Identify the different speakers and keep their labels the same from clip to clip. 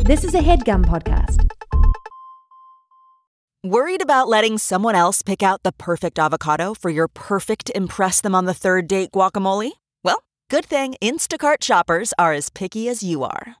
Speaker 1: This is a headgum podcast.
Speaker 2: Worried about letting someone else pick out the perfect avocado for your perfect Impress Them on the Third Date guacamole? Well, good thing Instacart shoppers are as picky as you are.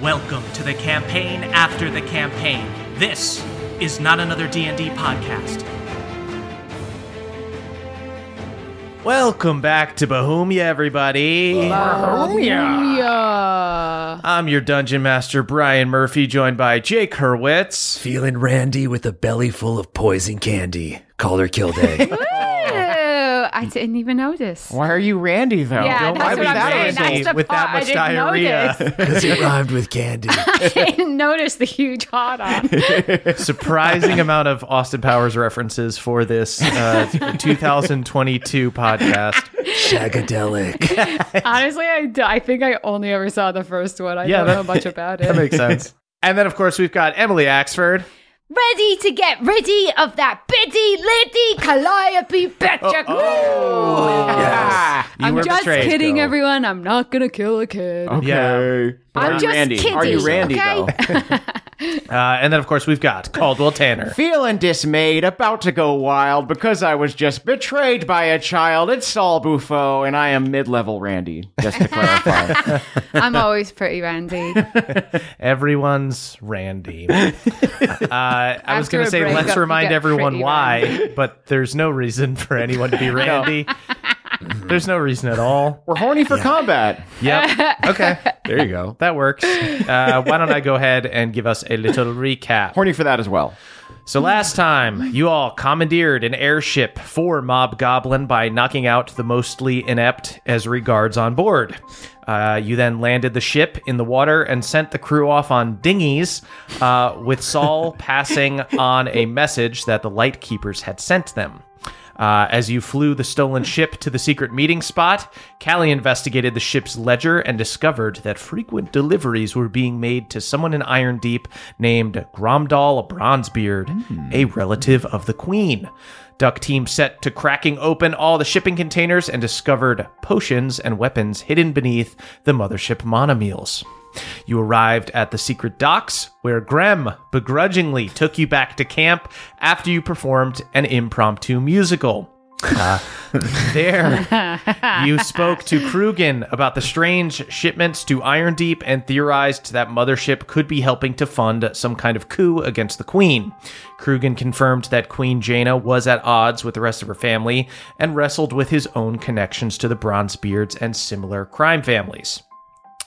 Speaker 3: Welcome to the campaign after the campaign. This is not another D&D podcast.
Speaker 4: Welcome back to Bahumia, everybody. I'm your dungeon master, Brian Murphy, joined by Jake Hurwitz.
Speaker 5: Feeling Randy with a belly full of poison candy. Call her kill day.
Speaker 6: Oh, I didn't even notice.
Speaker 7: Why are you Randy though?
Speaker 6: Yeah, that's
Speaker 4: why
Speaker 6: what
Speaker 4: be
Speaker 6: I'm saying.
Speaker 4: nasty
Speaker 6: That's the
Speaker 4: with that
Speaker 6: part
Speaker 4: much
Speaker 6: I didn't
Speaker 4: diarrhea?
Speaker 5: Because it rhymed with candy.
Speaker 6: notice. I didn't notice the huge hot on.
Speaker 4: Surprising amount of Austin Powers references for this uh, 2022 podcast.
Speaker 5: Shagadelic.
Speaker 6: Honestly, I, d- I think I only ever saw the first one. I
Speaker 4: Yeah,
Speaker 6: don't
Speaker 4: that-
Speaker 6: know much about
Speaker 4: That
Speaker 6: it.
Speaker 4: makes sense. And then, of course, we've got Emily Axford.
Speaker 6: Ready to get rid of that bitty litty calliope betcha.
Speaker 5: Yes.
Speaker 7: Ah,
Speaker 4: You
Speaker 6: I'm
Speaker 4: were
Speaker 6: just
Speaker 4: betrayed, Oh.
Speaker 6: kidding,
Speaker 4: girl.
Speaker 6: everyone. I'm not gonna kill a kid.
Speaker 7: Okay.
Speaker 4: Yeah.
Speaker 7: But
Speaker 6: I'm
Speaker 7: are you
Speaker 6: just
Speaker 7: Randy?
Speaker 6: kidding.
Speaker 7: Are you Randy
Speaker 6: okay?
Speaker 7: though?
Speaker 4: Uh, and then, of course, we've got Caldwell Tanner.
Speaker 7: Feeling dismayed, about to go wild because I was just betrayed by a child. It's Saul Buffo, and I am mid-level Randy. Just to clarify.
Speaker 6: I'm always pretty Randy.
Speaker 4: Everyone's Randy. uh, I was
Speaker 6: After
Speaker 4: going
Speaker 6: a
Speaker 4: to say,
Speaker 6: breakup,
Speaker 4: let's
Speaker 6: you
Speaker 4: remind
Speaker 6: get
Speaker 4: everyone
Speaker 6: pretty
Speaker 4: why, but there's no reason for anyone to be Randy. there's no reason at all.
Speaker 7: We're horny for combat.
Speaker 4: Yep. Okay.
Speaker 5: There you go.
Speaker 4: That works. Uh, why don't I go ahead and give us a little recap?
Speaker 7: Horny for that as well.
Speaker 4: So last time, you all commandeered an airship for Mob Goblin by knocking out the mostly inept as regards on board. Uh, you then landed the ship in the water and sent the crew off on dinghies, uh, with Saul passing on a message that the Lightkeepers had sent them. Uh, as you flew the stolen ship to the secret meeting spot, Callie investigated the ship's ledger and discovered that frequent deliveries were being made to someone in Iron Deep named Gromdal Bronzebeard, a relative of the Queen. Duck Team set to cracking open all the shipping containers and discovered potions and weapons hidden beneath the mothership monomules. You arrived at the secret docks, where Grem begrudgingly took you back to camp after you performed an impromptu musical. Uh, there, you spoke to Krugen about the strange shipments to Iron Deep and theorized that Mothership could be helping to fund some kind of coup against the Queen. Krugen confirmed that Queen Jaina was at odds with the rest of her family and wrestled with his own connections to the Bronzebeards and similar crime families.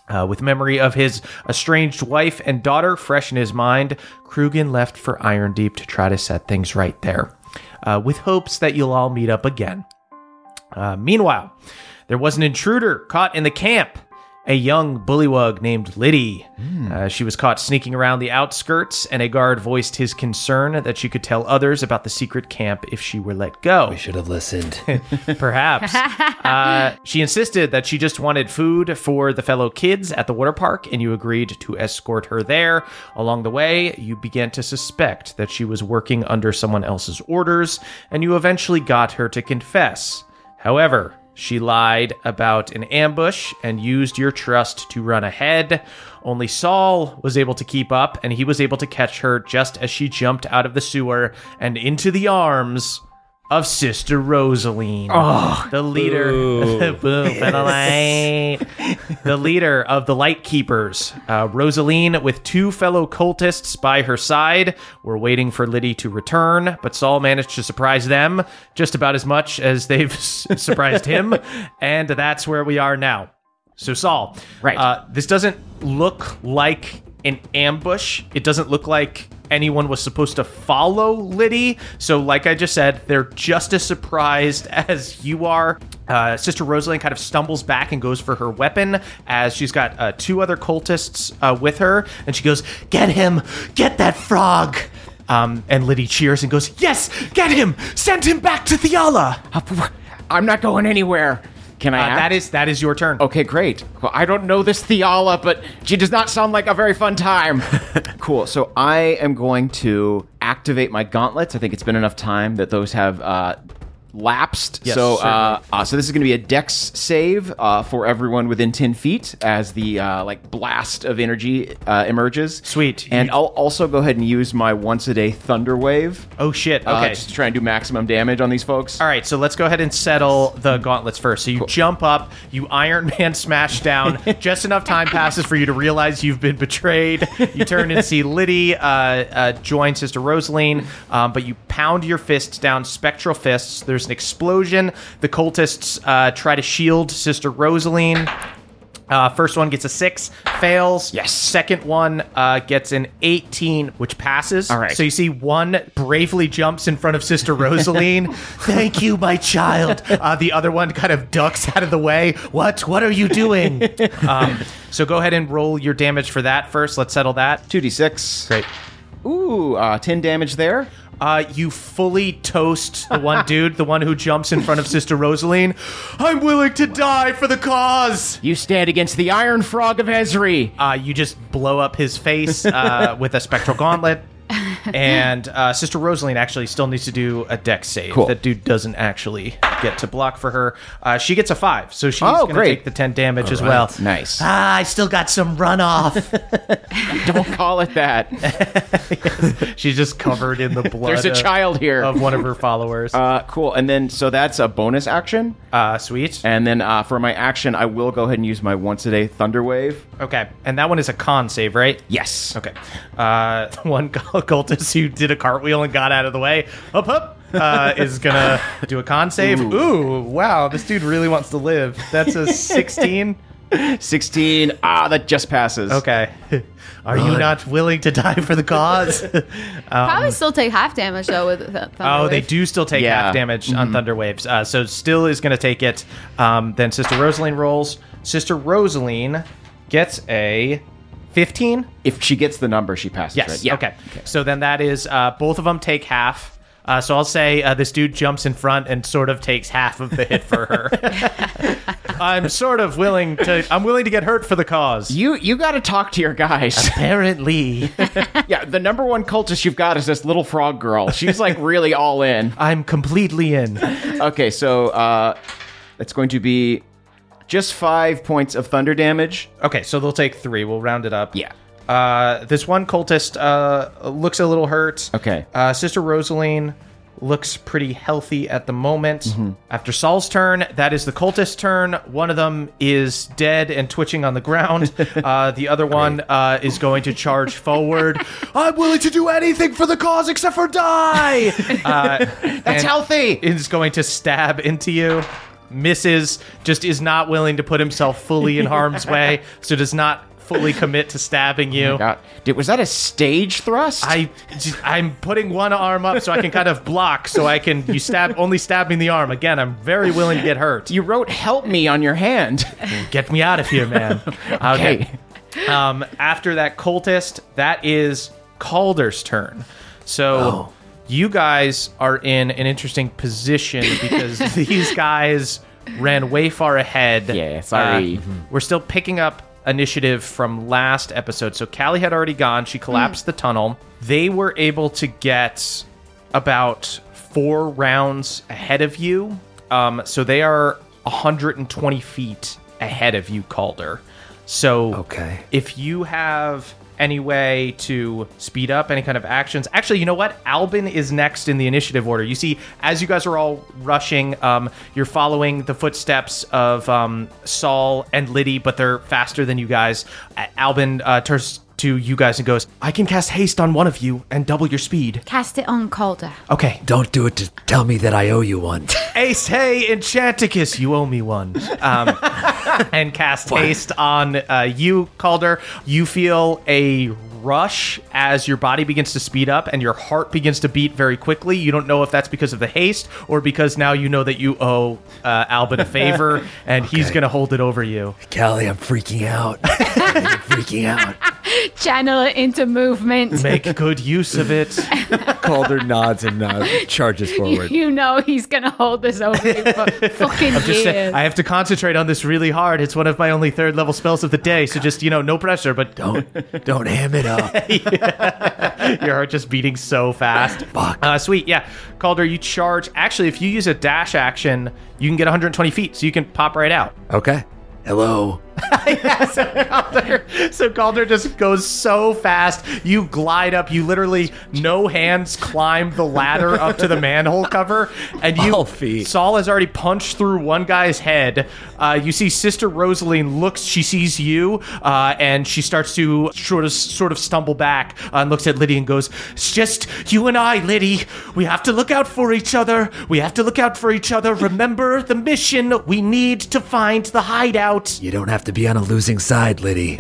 Speaker 4: Uh, with memory of his estranged wife and daughter fresh in his mind, Krugen left for Iron Deep to try to set things right there, uh, with hopes that you'll all meet up again. Uh, meanwhile, there was an intruder caught in the camp, a young bullywug named Liddy. Uh, she was caught sneaking around the outskirts, and a guard voiced his concern that she could tell others about the secret camp if she were let go.
Speaker 5: We should have listened.
Speaker 4: Perhaps. uh, she insisted that she just wanted food for the fellow kids at the water park, and you agreed to escort her there. Along the way, you began to suspect that she was working under someone else's orders, and you eventually got her to confess. However, she lied about an ambush and used your trust to run ahead. Only Saul was able to keep up, and he was able to catch her just as she jumped out of the sewer and into the arms of Sister Rosaline, the leader, Boo, for the light. the leader of the Light Keepers. Uh, Rosaline, with two fellow cultists by her side, were waiting for Liddy to return, but Saul managed to surprise them just about as much as they've s- surprised him, and that's where we are now. So Saul,
Speaker 7: Right.
Speaker 4: Uh, this doesn't look like an ambush. It doesn't look like anyone was supposed to follow Liddy. So, like I just said, they're just as surprised as you are. Uh, Sister Rosalind kind of stumbles back and goes for her weapon as she's got uh, two other cultists uh, with her, and she goes, "Get him! Get that frog!" Um, and Liddy cheers and goes, "Yes, get him! Send him back to Theala."
Speaker 7: Uh, I'm not going anywhere. Can I?
Speaker 4: Uh,
Speaker 7: act?
Speaker 4: that is that is your turn.
Speaker 7: Okay, great. Well, I don't know this Theala, but she does not sound like a very fun time. cool. So I am going to activate my gauntlets. I think it's been enough time that those have uh, lapsed.
Speaker 4: Yes,
Speaker 7: so, uh, uh, so this is going to be a Dex save uh, for everyone within ten feet as the uh, like blast of energy uh, emerges.
Speaker 4: Sweet.
Speaker 7: And
Speaker 4: You-
Speaker 7: I'll also go ahead and use my once a day thunder wave.
Speaker 4: Oh shit. Okay.
Speaker 7: Uh, just to try and do maximum damage on these folks.
Speaker 4: All right, so let's go ahead and settle the gauntlets first. So you jump up, you Iron Man smash down. just enough time passes for you to realize you've been betrayed. You turn and see Liddy uh, uh, join Sister Rosaline, um, but you pound your fists down, spectral fists. There's an explosion. The cultists uh, try to shield Sister Rosaline. Uh, first one gets a six, fails.
Speaker 7: Yes.
Speaker 4: Second one uh, gets an 18, which passes.
Speaker 7: All right.
Speaker 4: So you see one bravely jumps in front of Sister Rosaline. Thank you, my child. Uh, the other one kind of ducks out of the way. What? What are you doing? um, so go ahead and roll your damage for that first. Let's settle that.
Speaker 7: 2d6.
Speaker 4: Great.
Speaker 7: Ooh, uh, 10 damage there.
Speaker 4: Uh, you fully toast the one dude, the one who jumps in front of Sister Rosaline. I'm willing to die for the cause.
Speaker 7: You stand against the Iron Frog of Ezri.
Speaker 4: Uh, you just blow up his face uh, with a spectral gauntlet. And uh, Sister Rosaline actually still needs to do a deck save.
Speaker 7: Cool.
Speaker 4: That dude doesn't actually get to block for her. Uh, she gets a five, so she's
Speaker 7: Oh,
Speaker 4: going to
Speaker 7: great.
Speaker 4: take the 10 damage as well.
Speaker 7: Nice.
Speaker 4: Ah, I still got some runoff.
Speaker 7: Don't call it that.
Speaker 4: she's just covered in the blood
Speaker 7: There's a
Speaker 4: of-
Speaker 7: child here.
Speaker 4: of one of her followers. Uh,
Speaker 7: Uh, cool. And then, so that's a bonus action.
Speaker 4: sweet.
Speaker 7: And then uh, for my action, I will go ahead and use my once a day Thunder Wave.
Speaker 4: Okay. And that one is a con save, right?
Speaker 7: Yes.
Speaker 4: Okay. Uh, the one cultist who did a cartwheel and got out of the way, up, up, uh, is going to do a con save. Ooh. wow. This dude really wants to live. That's a 16.
Speaker 7: 16. Ah, that just passes.
Speaker 4: Okay. Are you not willing to die for the cause?
Speaker 8: Probably still take half damage though with th- Thunder
Speaker 4: um, oh, they
Speaker 8: Wave.
Speaker 4: do still take
Speaker 7: Yeah.
Speaker 4: half damage on Thunder Waves. Uh, so still is going to take it. Um, then Sister Rosaline rolls. Sister Rosaline gets a 15.
Speaker 7: If she gets the number, she passes
Speaker 4: Yes.
Speaker 7: it.
Speaker 4: Okay. So then that is uh, both of them take half. Uh, so I'll say uh, this dude jumps in front and sort of takes half of the hit for her. I'm sort of willing to. I'm willing to get hurt for the cause.
Speaker 7: You you got to talk to your guys.
Speaker 4: Apparently,
Speaker 7: yeah, the number one cultist you've got is this little frog girl. She's like really all in.
Speaker 4: I'm completely in.
Speaker 7: Okay, so uh, it's going to be just five points of thunder damage.
Speaker 4: Okay, so they'll take three. We'll round it up.
Speaker 7: Yeah.
Speaker 4: Uh, this one cultist uh, looks a little hurt.
Speaker 7: Okay.
Speaker 4: Uh, Sister Rosaline looks pretty healthy at the moment. After Saul's turn, that is the cultist's turn. One of them is dead and twitching on the ground. Uh, the other one uh, is going to charge forward. I'm willing to do anything for the cause except for die. Uh,
Speaker 7: That's
Speaker 4: and
Speaker 7: healthy.
Speaker 4: Is going to stab into you. Misses. Just is not willing to put himself fully in harm's way, so does not fully commit to stabbing you.
Speaker 7: God, did, was that a stage thrust?
Speaker 4: I just, I'm putting one arm up so I can kind of block so I can you stab only stab me in the arm again. I'm very willing to get hurt. You
Speaker 7: you wrote "help me" on your hand.
Speaker 4: get me out of here, man.
Speaker 7: Okay.
Speaker 4: Um, after that cultist, that is Calder's turn. So you guys are in an interesting position because these guys ran way far ahead. Uh,
Speaker 7: Yeah, sorry.
Speaker 4: We're still picking up initiative from last episode. So Callie had already gone. She collapsed the tunnel. They were able to get about four rounds ahead of you. Um, so they are 120 feet ahead of you, Calder. So
Speaker 5: Okay.
Speaker 4: if you have any way to speed up any kind of actions actually you know what albin is next in the initiative order you see as you guys are all rushing um, you're following the footsteps of um, saul and liddy but they're faster than you guys Uh, albin uh, turns to you guys and goes i can cast haste on one of you and double your speed
Speaker 6: Cast it on Calder.
Speaker 4: okay
Speaker 5: Don't do it to tell me that I owe you one.
Speaker 4: Ace, hey, Enchanticus, you owe me one. Um, and cast haste on uh, you, Calder. You feel a rush as your body begins to speed up and your heart begins to beat very quickly. You don't know if that's because of the haste or because now you know that you owe uh, Albin a favor and he's going to hold it over you.
Speaker 9: Callie, I'm freaking out. I'm freaking out.
Speaker 10: Channel it into movement.
Speaker 4: Make good use of it.
Speaker 11: Calder nods and uh, charges forward.
Speaker 10: you know he's gonna hold this over you for fucking
Speaker 4: Just say,
Speaker 10: years.
Speaker 4: I have to concentrate on this really hard. It's one of my only third level spells of the day, so just you know, no pressure. But
Speaker 9: Don't don't ham it up.
Speaker 4: your heart just beating so fast.
Speaker 9: Fuck.
Speaker 4: Uh, sweet, yeah. Calder, you charge. Actually, if you use a dash action, you can get 120 feet, so you can pop right out.
Speaker 9: Okay. Hello.
Speaker 4: So Calder just goes so fast. You glide up. You literally no hands climb the ladder up to the manhole cover, and you
Speaker 11: All feet.
Speaker 4: Saul has already punched through one guy's head. Uh, you see Sister Rosaline looks. She sees you, uh, and she starts to sort of sort of stumble back uh, and looks at Liddy and goes, "It's just you and I, Liddy. We have to look out for each other. We have to look out for each other. Remember the mission. We need to find the hideout."
Speaker 9: You don't have to be on a losing side, Liddy.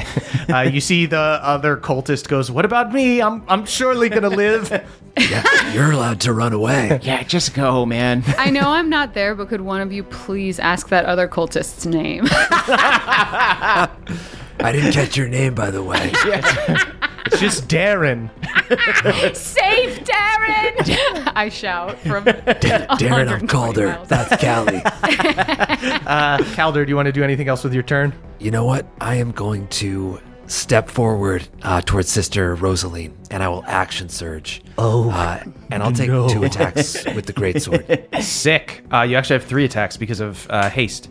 Speaker 4: uh, you see the other cultist goes, "What about me? I'm I'm surely gonna live."
Speaker 9: Yeah, you're allowed to run away.
Speaker 7: Yeah, just go, man.
Speaker 8: I know I'm not there, but could one of you please ask that other cultist's name?
Speaker 9: I didn't catch your name, by the way.
Speaker 4: it's just Darren.
Speaker 10: Save Darren.
Speaker 8: I shout from.
Speaker 9: Darren,
Speaker 8: 120
Speaker 9: I'm Calder.
Speaker 8: miles.
Speaker 9: That's Callie.
Speaker 4: Calder, do you want to do anything else with your turn?
Speaker 9: You know what? I am going to step forward uh, towards Sister Rosaline, and I will action surge. Oh, uh, and I'll take two attacks with the greatsword.
Speaker 4: Sick. Uh, you actually have three attacks because of uh, haste.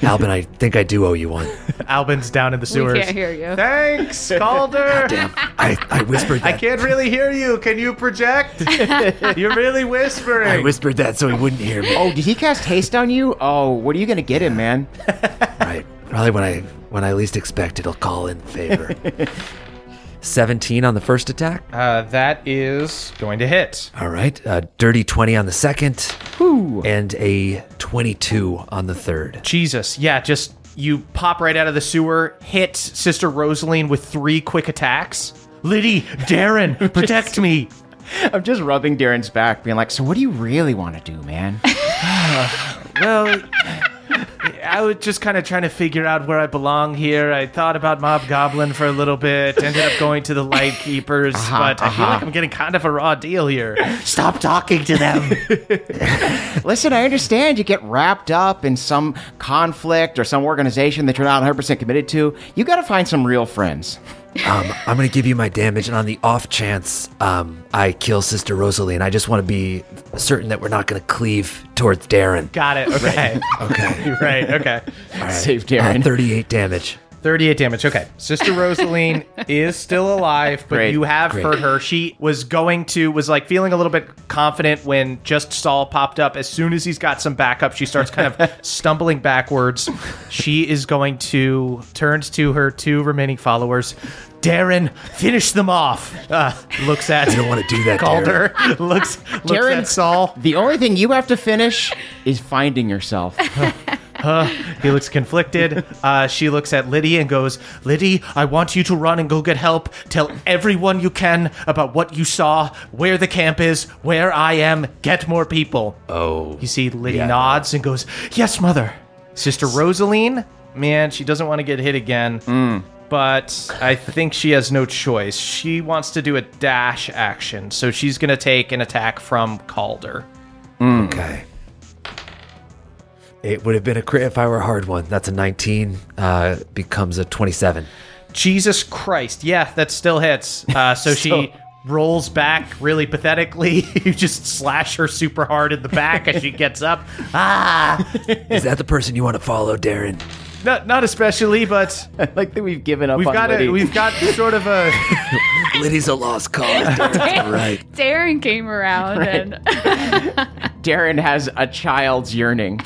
Speaker 9: Albin, I think I do owe you one.
Speaker 4: Albin's down in the sewers.
Speaker 8: can't hear you.
Speaker 4: Thanks, Calder.
Speaker 9: Damn, I, I whispered
Speaker 4: I
Speaker 9: that.
Speaker 4: can't really hear you. Can you project? You're really whispering.
Speaker 9: I whispered that so he wouldn't hear me.
Speaker 7: Oh, did he cast haste on you? Oh, what are you gonna get him, man?
Speaker 9: Right. Probably when I when I least expect it'll call in favor. 17 on the first attack.
Speaker 4: uh, that is going to hit.
Speaker 9: All right. Uh, dirty 20 on the second. And a 22 on the third.
Speaker 4: Jesus. Yeah, just you pop right out of the sewer, hit Sister Rosaline with three quick attacks. Liddy, Darren, protect me.
Speaker 7: I'm just rubbing Darren's back, being like, so what do you really want to do, man?
Speaker 4: Well, I was just kind of trying to figure out where I belong here. I thought about Mob Goblin for a little bit, ended up going to the Light Keepers, but I feel like I'm getting kind of a raw deal here.
Speaker 7: Stop talking to them. Listen, I understand you get wrapped up in some conflict or some organization that you're not 100% committed to. You got to find some real friends.
Speaker 9: Um, I'm going to give you my damage. And on the off chance um, I kill Sister Rosalie, and I just want to be certain that we're not going to cleave towards Darren.
Speaker 4: Got it. Okay.
Speaker 9: Okay.
Speaker 4: right. Okay.
Speaker 9: All right.
Speaker 7: Save Darren.
Speaker 9: Uh, 38 damage.
Speaker 4: 38 damage. Okay. Sister Rosaline is still alive, but
Speaker 7: Great.
Speaker 4: you have
Speaker 9: Great.
Speaker 4: hurt her. She was going to, was like feeling a little bit confident when just Saul popped up. As soon as he's got some backup, she starts kind of stumbling backwards. She is going to, turns to her two remaining followers. Darren, finish them off. Uh, looks at
Speaker 9: You don't want to do that,
Speaker 4: Calder. Looks, looks at
Speaker 7: Darren's-
Speaker 4: Saul.
Speaker 7: The only thing you have to finish is finding yourself.
Speaker 4: He looks conflicted. Uh, she looks at Liddy and goes, Liddy, I want you to run and go get help. Tell everyone you can about what you saw, where the camp is, where I am. Get more people. Oh. You see, Liddy nods and goes, Yes, mother. Sister Rosaline, man, she doesn't want to get hit again. But I think she has no choice. She wants to do a dash action, so she's going to take an attack from Calder.
Speaker 9: Okay. It would have been a crit if I were a hard one. That's a 19, uh, becomes a 27.
Speaker 4: Jesus Christ. Yeah, that still hits. Uh, so she rolls back really pathetically. you just slash her super hard in the back as she gets up. Ah,
Speaker 9: Is that the person you want to follow, Darren?
Speaker 4: not, not especially, but
Speaker 7: like that we've given up
Speaker 4: we've
Speaker 7: on
Speaker 4: got
Speaker 7: Liddy.
Speaker 4: a, we've got sort of a
Speaker 9: Liddy's a lost cause. Darren's right.
Speaker 8: Darren came around and
Speaker 7: Darren has a child's yearning.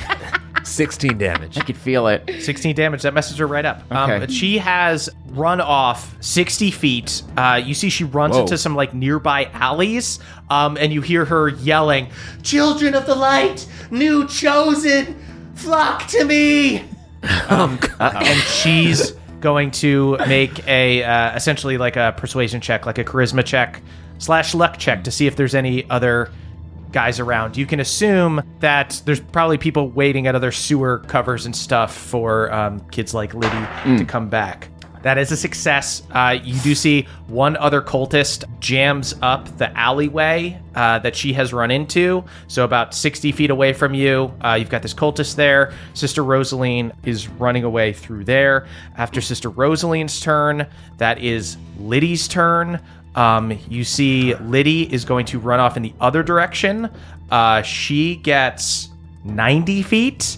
Speaker 9: 16 damage.
Speaker 7: I could feel it.
Speaker 4: 16 damage. That messes her right up. Um,
Speaker 7: Okay.
Speaker 4: but she has run off 60 feet. Uh, you see, she runs
Speaker 7: Whoa.
Speaker 4: into some like nearby alleys, um, and you hear her yelling, "Children of the light, new chosen, flock to me!" Um, and Uh, she's going to make a uh, essentially like a persuasion check, like a charisma check slash luck check to see if there's any other guys around. You can assume that there's probably people waiting at other sewer covers and stuff for um, kids like Liddy to come back. That is a success. Uh, you do see one other cultist jams up the alleyway uh, that she has run into. So, about 60 feet away from you, uh, you've got this cultist there. Sister Rosaline is running away through there. After Sister Rosaline's turn, that is Liddy's turn. Um, you see Liddy is going to run off in the other direction. Uh, she gets 90 feet.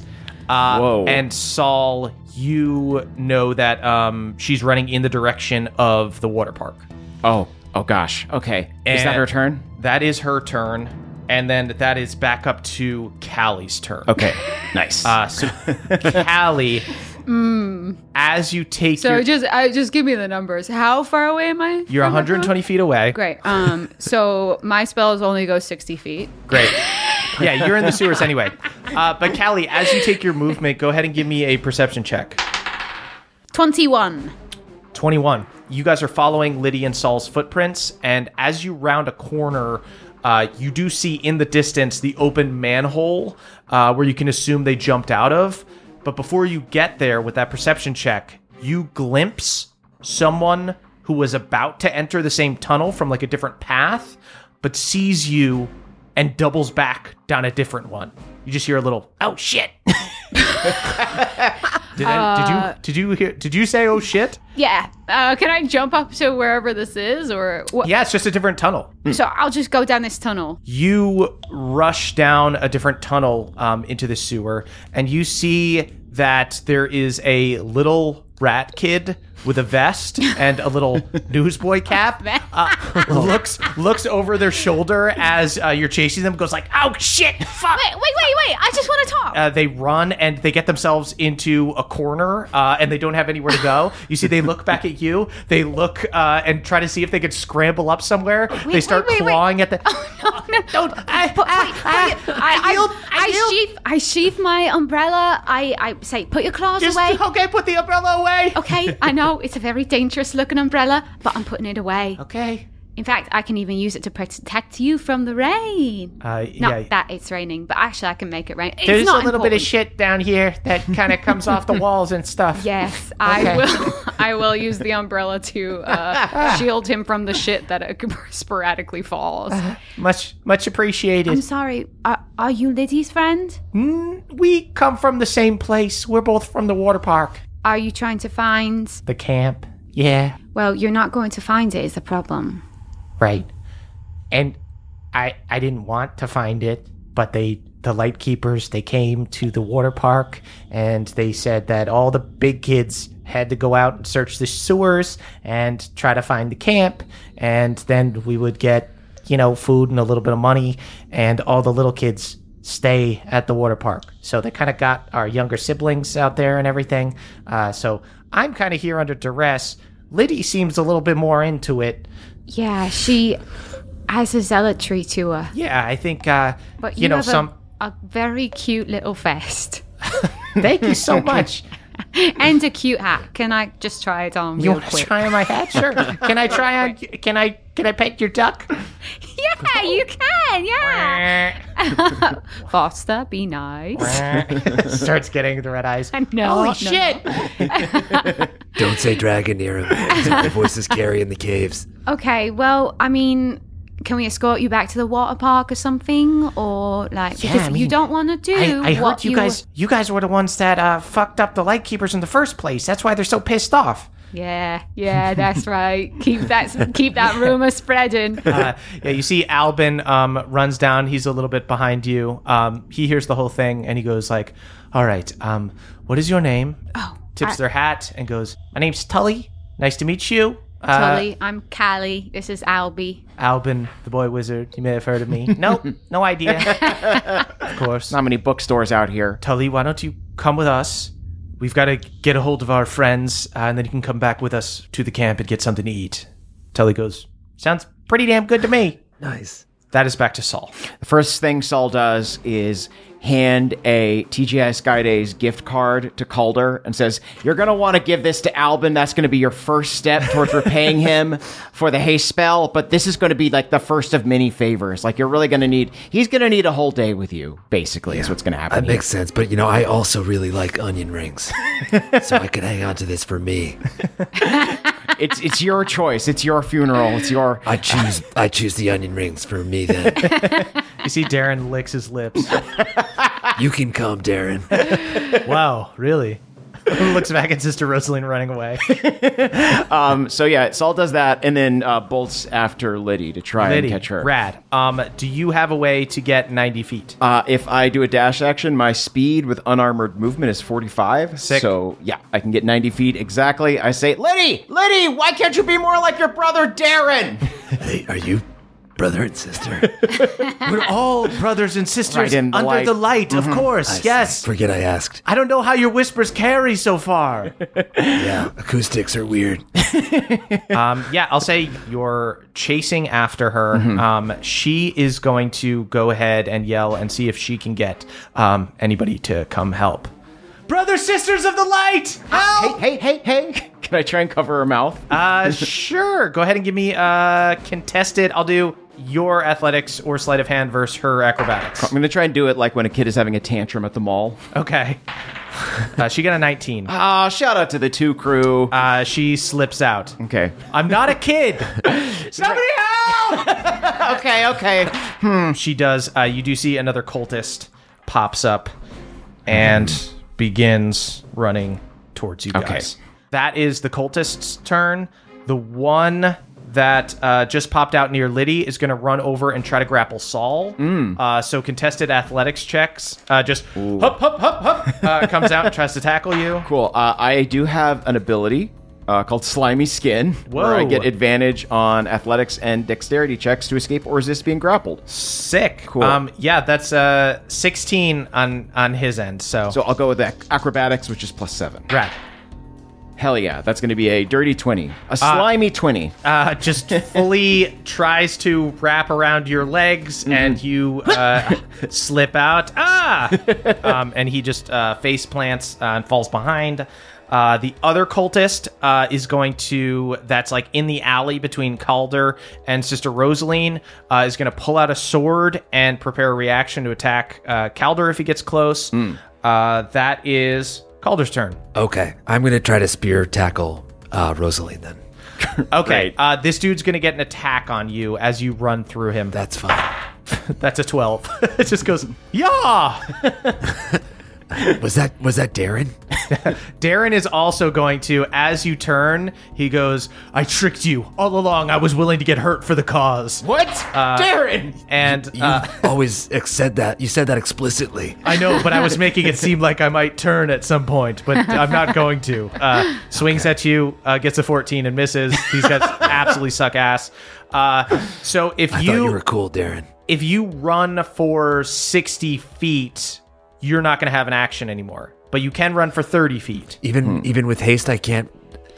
Speaker 4: Uh,
Speaker 7: Whoa.
Speaker 4: And Saul, you know that um, she's running in the direction of the water park.
Speaker 7: Oh, oh gosh. Okay. Is that
Speaker 4: And-
Speaker 7: her turn?
Speaker 4: That is her turn. And then that is back up to Callie's turn.
Speaker 7: Okay. nice.
Speaker 4: Uh, so, Callie, as you take
Speaker 8: Mm. So
Speaker 4: your.
Speaker 8: just I just give me the numbers. How far away am I?
Speaker 4: you're
Speaker 8: from my phone?
Speaker 4: 120 feet away.
Speaker 8: Great. Um. So my spells only go sixty feet.
Speaker 4: Great. Yeah, you're in the sewers anyway. Uh, but Callie, as you take your movement, go ahead and give me a perception check.
Speaker 8: Twenty-one.
Speaker 4: 21. You guys are following Liddy and Saul's footprints, and as you round a corner, uh, you do see in the distance the open manhole uh, where you can assume they jumped out of. But before you get there with that perception check, you glimpse someone who was about to enter the same tunnel from like a different path, but sees you and doubles back down a different one. You just hear a little "oh shit." did, I, did you did you hear, did you say "oh shit"?
Speaker 8: Yeah. Uh, can I jump up to wherever this is, or what?
Speaker 4: Yeah, it's just a different tunnel.
Speaker 8: So I'll just go down this tunnel.
Speaker 4: You rush down a different tunnel um, into the sewer, and you see that there is a little rat kid with a vest and a little newsboy cap. Uh, looks looks over their shoulder as uh, you're chasing them. Goes like, "Oh shit, fuck!"
Speaker 6: Wait, wait, wait, wait. I just want to talk.
Speaker 4: uh, they run and they get themselves into a corner uh, and they don't have anywhere to go. You see, they look back at you. They look uh, and try to see if they can scramble up somewhere. they start
Speaker 6: wait, wait, wait.
Speaker 4: clawing at the.
Speaker 6: no, don't. I, put, wait, put your- I, I, I, sheath, I sheath my umbrella. I, I say, put your claws
Speaker 4: Just-
Speaker 6: away.
Speaker 4: okay, put the umbrella away.
Speaker 6: Okay, I know it's a very dangerous looking umbrella, but I'm putting it away.
Speaker 4: Okay.
Speaker 6: In fact, I can even use it to protect you from the rain.
Speaker 4: Uh,
Speaker 6: Not
Speaker 4: yeah.
Speaker 6: that it's raining, but actually, I can make it rain. It's
Speaker 4: There's a
Speaker 6: not
Speaker 4: little bit of
Speaker 6: important.
Speaker 4: shit down here that kind of comes off the walls and stuff.
Speaker 6: Yes,
Speaker 8: I
Speaker 4: Okay.
Speaker 8: will. I will use the umbrella to uh, shield him from the shit that uh, sporadically falls.
Speaker 4: Uh-huh. Much, much
Speaker 6: I'm
Speaker 4: appreciated.
Speaker 6: sorry. Are, are you Liddy's friend?
Speaker 4: We come from the same place. We're both from the water park.
Speaker 6: Are you trying to find?
Speaker 4: The camp. Yeah.
Speaker 6: Well, you're not going to find it. Is the problem?
Speaker 4: Right. And I I didn't want to find it, but they the light keepers they came to the water park and they said that all the big kids had to go out and search the sewers and try to find the camp and then we would get, you know, food and a little bit of money and all the little kids stay at the water park. So they kind of got our younger siblings out there and everything. Uh, so I'm kind of here under duress. Liddy seems a little bit more into it.
Speaker 6: Yeah, she has a zealotry to her.
Speaker 4: Yeah, I think uh,
Speaker 6: But
Speaker 4: you, know
Speaker 6: have a-
Speaker 4: some.
Speaker 6: a, very cute little vest
Speaker 4: Thank you so much.
Speaker 8: and a cute hat. Can I just try it on
Speaker 4: you
Speaker 8: real
Speaker 4: want to
Speaker 8: quick?
Speaker 4: try on my hat? Sure. Can I try on? Can I? Can I pet your duck?
Speaker 8: yeah, you can. Yeah. Foster, be nice.
Speaker 4: Starts getting the red eyes.
Speaker 8: No,
Speaker 4: oh
Speaker 8: no,
Speaker 4: shit!
Speaker 5: Don't say dragon near him. That's what the voices carry in the caves.
Speaker 6: okay well i mean can we escort you back to the water park or something or like
Speaker 4: Yeah,
Speaker 6: because
Speaker 4: I
Speaker 6: you
Speaker 4: mean,
Speaker 6: don't want to do
Speaker 4: I, I
Speaker 6: what
Speaker 4: heard you guys. You guys were the ones that uh, fucked up the light keepers in the first place. That's why they're so pissed off.
Speaker 8: Yeah, yeah, that's right. Keep that keep that rumor spreading.
Speaker 4: uh, yeah, you see Albin um, runs down. He's a little bit behind you. Um, he hears the whole thing and he goes like, "All right, um, what is your name?" Oh, tips their hat and goes, "My name's Tully. Nice to meet you." Uh,
Speaker 8: Tully, I'm Callie. This is Albie.
Speaker 4: Albin, the boy wizard. You may have heard of me. nope, no idea. of course.
Speaker 7: Not many bookstores out here.
Speaker 4: Tully, why don't you come with us? We've got to get a hold of our friends, uh, and then you can come back with us to the camp and get something to eat. Tully goes, Sounds pretty damn good to me.
Speaker 5: Nice.
Speaker 4: That is back to Saul.
Speaker 7: The first thing Saul does is hand a TGI Skydays gift card to Calder and says, You're going to want to give this to Albin. That's going to be your first step towards repaying him for the haste spell. But this is going to be like the first of many favors. Like, you're really going to need, he's going to need a whole day with you, basically, is what's going to happen.
Speaker 5: That
Speaker 7: here.
Speaker 5: makes sense, but you know, I also really like onion rings, so I could hang on to this for me.
Speaker 7: it's, it's your choice. It's your funeral. It's your.
Speaker 5: I choose, I choose the onion rings for me. Then
Speaker 4: You see Darren licks his lips.
Speaker 5: you can come, Darren.
Speaker 4: wow, really? Looks back at Sister Rosaline running away.
Speaker 7: So, yeah, Saul does that and then uh, bolts after Liddy to try
Speaker 4: Liddy,
Speaker 7: and catch her.
Speaker 4: Rad. Um, do you have a way to get 90 feet?
Speaker 7: Uh, if I do a dash action, my speed with unarmored movement is 45.
Speaker 4: Sick.
Speaker 7: So, yeah, I can get 90 feet exactly. I say, Liddy, Liddy, why can't you be more like your brother Darren?
Speaker 5: Hey, are you brother and sister?
Speaker 4: We're all brothers and
Speaker 7: Right
Speaker 4: sisters
Speaker 7: in the light. Mm-hmm.
Speaker 4: of course. yes.
Speaker 5: Forget I asked.
Speaker 4: I don't know how your whispers carry so far.
Speaker 5: Yeah, acoustics are weird.
Speaker 4: um, yeah, I'll say you're chasing after her.
Speaker 7: Mm-hmm.
Speaker 4: Um, she is going to go ahead and yell and see if she can get um, anybody to come help. Brothers, sisters of the light!
Speaker 7: Hey, hey, hey, hey. Can I try and cover her mouth?
Speaker 4: Uh, sure. Go ahead and give me uh, contested. I'll do your athletics or sleight of hand versus her acrobatics.
Speaker 7: I'm going to try and do it like when a kid is having a tantrum at the mall.
Speaker 4: Okay. Uh, she got a 19.
Speaker 7: Ah, shout out to the two crew.
Speaker 4: Uh, she slips out.
Speaker 7: okay.
Speaker 4: I'm not a kid.
Speaker 7: Somebody help! okay, okay.
Speaker 4: she does uh, you do see another cultist pops up and begins running towards you guys that is the cultist's turn the one that uh, just popped out near Liddy is going to run over and try to grapple Saul. Uh, so contested athletics checks. Uh, just hop, hop, hop, hop. Uh, comes out and tries to tackle you.
Speaker 7: Cool. Uh, I do have an ability uh, called Slimy Skin, where I
Speaker 4: Whoa.
Speaker 7: get advantage on athletics and dexterity checks to escape or resist being grappled.
Speaker 4: Sick.
Speaker 7: Cool.
Speaker 4: Um, yeah, that's uh, 16 on on his end. So,
Speaker 7: So I'll go with ac- acrobatics, which is plus seven.
Speaker 4: Rad.
Speaker 7: Hell yeah, that's going to be a dirty 20.
Speaker 4: Ah.
Speaker 7: A slimy 20.
Speaker 4: uh, just fully tries to wrap around your legs and you uh, slip out. Ah! Um, and he just uh, face plants uh, and falls behind. Uh, the other cultist uh, is going to, that's like in the alley between Calder and Sister Rosaline, uh, is going to pull out a sword and prepare a reaction to attack uh, Calder if he gets close. Uh, that is Calder's turn.
Speaker 5: Okay, I'm gonna try to spear tackle uh, Rosaline then.
Speaker 4: Okay. Uh, this dude's going to get an attack on you as you run through him.
Speaker 5: That's fine.
Speaker 4: That's a 12. it just goes, yeah.
Speaker 5: Was that was that Darren?
Speaker 4: Darren is also going to, as you turn, he goes, I tricked you. All along, I was willing to get hurt for the cause. Uh,
Speaker 7: what? Darren!
Speaker 4: And uh,
Speaker 5: Always ex- said that. You said that explicitly.
Speaker 4: I know, but I was making it seem like I might turn at some point, but I'm not going to. Uh, swings at you, uh, gets a 14 and misses. These guys absolutely suck ass. Uh, so if
Speaker 5: I thought you were cool, Darren.
Speaker 4: if you run for 60 feet, you're not going to have an action anymore. But you can run for 30 feet.
Speaker 5: Even even with haste, I can't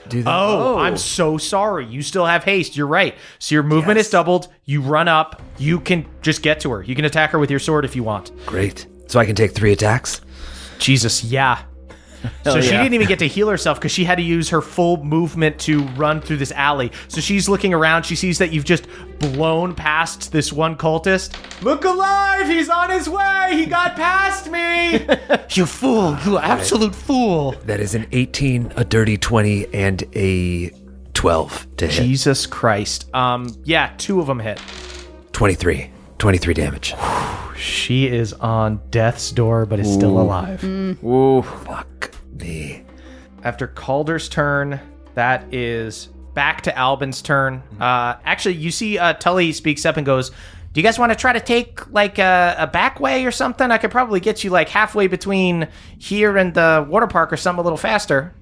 Speaker 5: do that.
Speaker 4: Oh, I'm so sorry. You still have haste. You're right. So your movement is doubled. You run up. You can just get to her. You can attack her with your sword if you want.
Speaker 5: great! So I can take three attacks.
Speaker 4: Jesus, yeah. So she
Speaker 7: yeah.
Speaker 4: didn't even get to heal herself because she had to use her full movement to run through this alley. So she's looking around. She sees that you've just blown past this one cultist. Look alive! He's on his way! He got past me! you fool! You absolute fool!
Speaker 5: That is an 18, a dirty 20, and a 12 to hit.
Speaker 4: Jesus Christ. Um, yeah, two of them hit.
Speaker 5: 23. 23 damage.
Speaker 4: She is on death's door, but is still alive.
Speaker 7: Ooh.
Speaker 5: Fuck me.
Speaker 4: After Calder's turn, that is back to Albin's turn. Uh, actually, you see uh, Tully speaks up and goes, "Do you guys want to try to take like a, a back way or something? I could probably get you like halfway between here and the water park or something a little faster."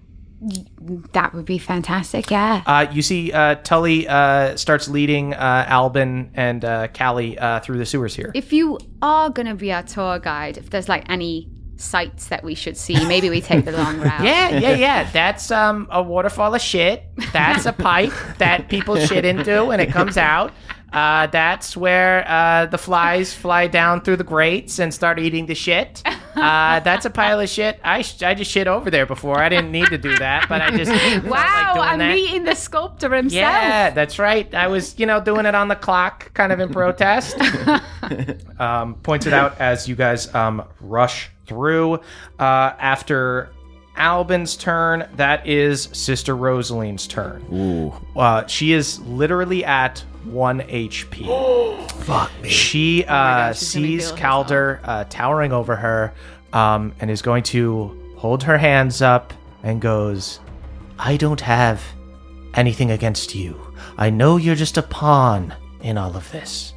Speaker 6: That would be fantastic. Yeah.
Speaker 4: Uh, you see uh, Tully uh, starts leading uh, Albin and uh, Callie uh, through the sewers here.
Speaker 8: If you are going to be our tour guide, if there's like any sights that we should see, maybe we take the long route.
Speaker 4: Yeah, yeah, yeah. That's um a waterfall of shit. That's a pipe that people shit into and it comes out.
Speaker 12: Uh, that's where uh, the flies fly down through the grates and start eating the shit. Uh, that's a pile of shit. I, sh- I just shit over there before. I didn't need to do that, but I just felt
Speaker 8: Wow,
Speaker 12: like doing
Speaker 8: I'm
Speaker 12: that.
Speaker 8: meeting the sculptor himself.
Speaker 12: Yeah, that's right. I was, you know, doing it on the clock, kind of in protest.
Speaker 4: um, points it out as you guys um, rush through. Uh, after Albin's turn, that is Sister Rosaline's turn. Ooh. Uh, she is literally at one HP. Fuck me. She uh, sees Calder uh, towering over her um, and is going to hold her hands up and goes, I don't have anything against you. I know you're just a pawn in all of this.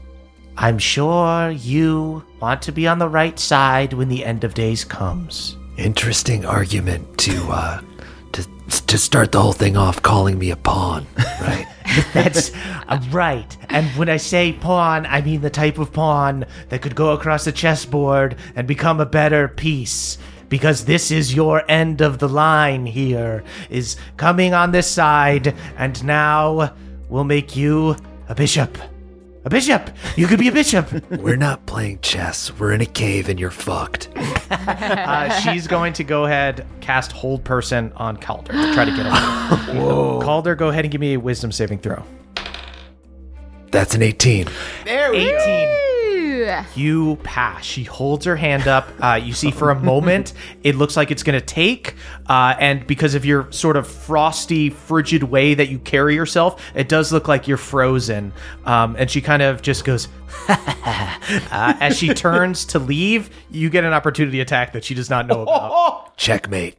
Speaker 4: I'm sure you want to be on the right side when the end of days comes.
Speaker 5: Interesting argument to uh, to to start the whole thing off, calling me a pawn.
Speaker 4: That's uh, right. And when I say pawn, I mean the type of pawn that could go across a chessboard and become a better piece. Because this is your end of the line here, is coming on this side, and now we'll make you a bishop. A bishop! You could be a bishop!
Speaker 5: We're not playing chess. We're in a cave, and you're fucked.
Speaker 4: uh, she's going to go ahead cast hold person on Calder to try to get away. Calder, go ahead and give me a wisdom saving throw.
Speaker 5: That's an 18.
Speaker 7: There we
Speaker 4: 18. You pass. She holds her hand up. Uh, you see, for a moment, it looks like it's going to take. Uh, and because of your sort of frosty, frigid way that you carry yourself, it does look like you're frozen. Um, and she kind of just goes, uh, as she turns to leave, you get an opportunity attack that she does not know about.
Speaker 5: Checkmate.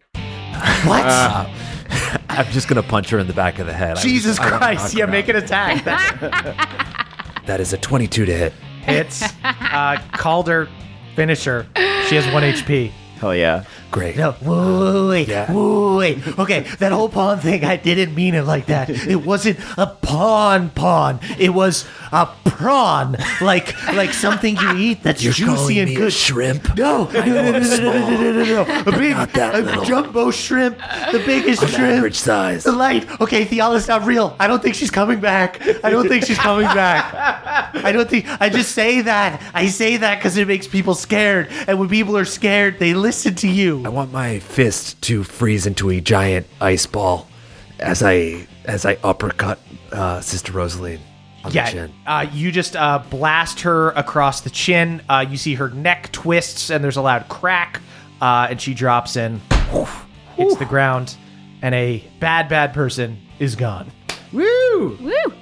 Speaker 4: What?
Speaker 9: Uh, I'm just gonna punch her in the back of the head. I
Speaker 4: Jesus
Speaker 9: was- I wanna knock
Speaker 4: Christ.
Speaker 9: her
Speaker 4: Yeah,
Speaker 9: out.
Speaker 4: make an attack. That's
Speaker 5: That is a 22 to hit.
Speaker 4: hits. Uh, Calder, finisher. She has one HP.
Speaker 7: Hell yeah.
Speaker 5: Great.
Speaker 4: No, whoa, wait, wait,
Speaker 5: Yeah.
Speaker 4: whoa, wait. Okay, that whole pawn thing, I didn't mean it like that. It wasn't a pawn pawn. It was a prawn, like like something you eat that's
Speaker 5: You're calling
Speaker 4: juicy and
Speaker 5: me a
Speaker 4: good.
Speaker 5: shrimp.
Speaker 4: no, no, no, no, no, no, no, no, no, no, no. A big,
Speaker 5: not that
Speaker 4: a
Speaker 5: little.
Speaker 4: jumbo shrimp, the biggest
Speaker 5: I'm
Speaker 4: shrimp.
Speaker 5: average size.
Speaker 4: The light. Okay, Theala's not real. I don't think she's coming back. I don't think she's coming back. I don't think. I just say that. I say that because it makes people scared. And when people are scared, they listen to you.
Speaker 5: I want my fist to freeze into a giant ice ball as I as I uppercut uh, Sister Rosaline on the
Speaker 4: Yeah,
Speaker 5: chin.
Speaker 4: uh, you just uh, blast her across the chin. Uh, you see her neck twists, and there's a loud crack, uh, and she drops in, hits the ground, and a bad, bad person is gone.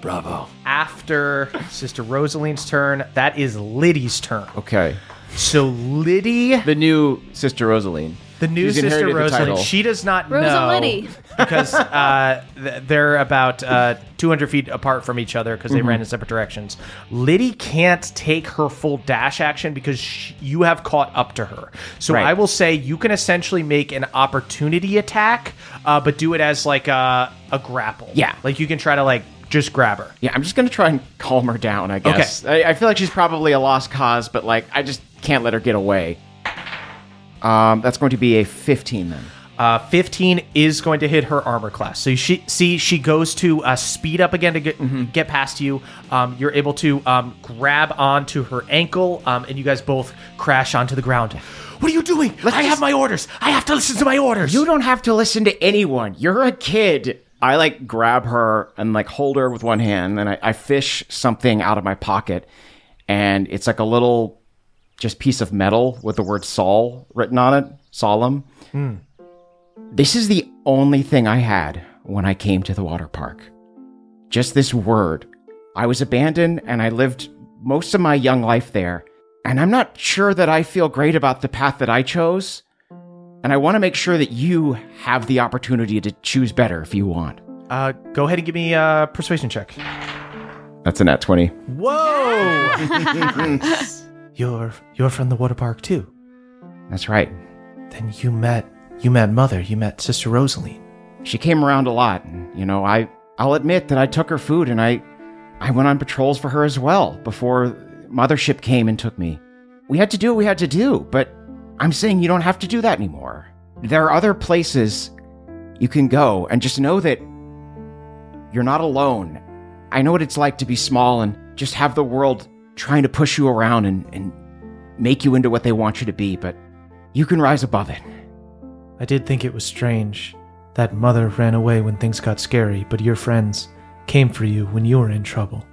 Speaker 5: Bravo.
Speaker 4: After Sister Rosaline's turn, that is Liddy's turn.
Speaker 7: Okay.
Speaker 4: So Liddy,
Speaker 7: The new Sister Rosaline.
Speaker 4: the new
Speaker 7: She's
Speaker 4: Sister
Speaker 7: inherited the
Speaker 4: Rosaline,
Speaker 7: title.
Speaker 4: she does not
Speaker 6: Rosality.
Speaker 4: know because uh, th- they're about uh, 200 feet apart from each other because they
Speaker 7: Mm-hmm.
Speaker 4: ran in separate directions. Liddy can't take her full dash action because sh- you have caught up to her. So
Speaker 7: Right.
Speaker 4: I will say you can essentially make an opportunity attack, uh, but do it as like a, a grapple.
Speaker 7: Yeah.
Speaker 4: like you can try to like just grab her.
Speaker 7: Yeah, I'm just gonna try and calm her down, I guess. I, I feel like she's probably a lost cause, but like I just can't let her get away. Um, that's going to be a 15 then.
Speaker 4: Uh, 15 is going to hit her armor class. So she see she goes to uh, speed up again to get get past you. Um, you're able to um, grab onto her ankle, um, and you guys both crash onto the ground. What are you doing? I have my orders. I have to listen to my orders.
Speaker 7: You don't have to listen to anyone. You're a kid. I like grab her and like hold her with one hand, and I, I fish something out of my pocket, and it's like a little just piece of metal with the word Saul written on it. Solemn. This is the only thing I had when I came to the water park. Just this word. I was abandoned and I lived most of my young life there. And I'm not sure that I feel great about the path that I chose. And I want to make sure that you have the opportunity to choose better if you want.
Speaker 4: Uh, go ahead and give me a persuasion check.
Speaker 7: That's a nat 20.
Speaker 4: Whoa! you're you're from the water park too.
Speaker 7: That's right.
Speaker 4: Then you met you met mother. You met sister Rosaline.
Speaker 7: She came around a lot. And, you know, I I'll admit that I took her food and I I went on patrols for her as well before mothership came and took me. We had to do what we had to do, but I'm saying you don't have to do that anymore. There are other places you can go and just know that you're not alone. I know what it's like to be small and just have the world trying to push you around and, and make you into what they want you to be, but you can rise above it.
Speaker 13: I did think it was strange that mother ran away when things got scary, but your friends came for you when you were in trouble.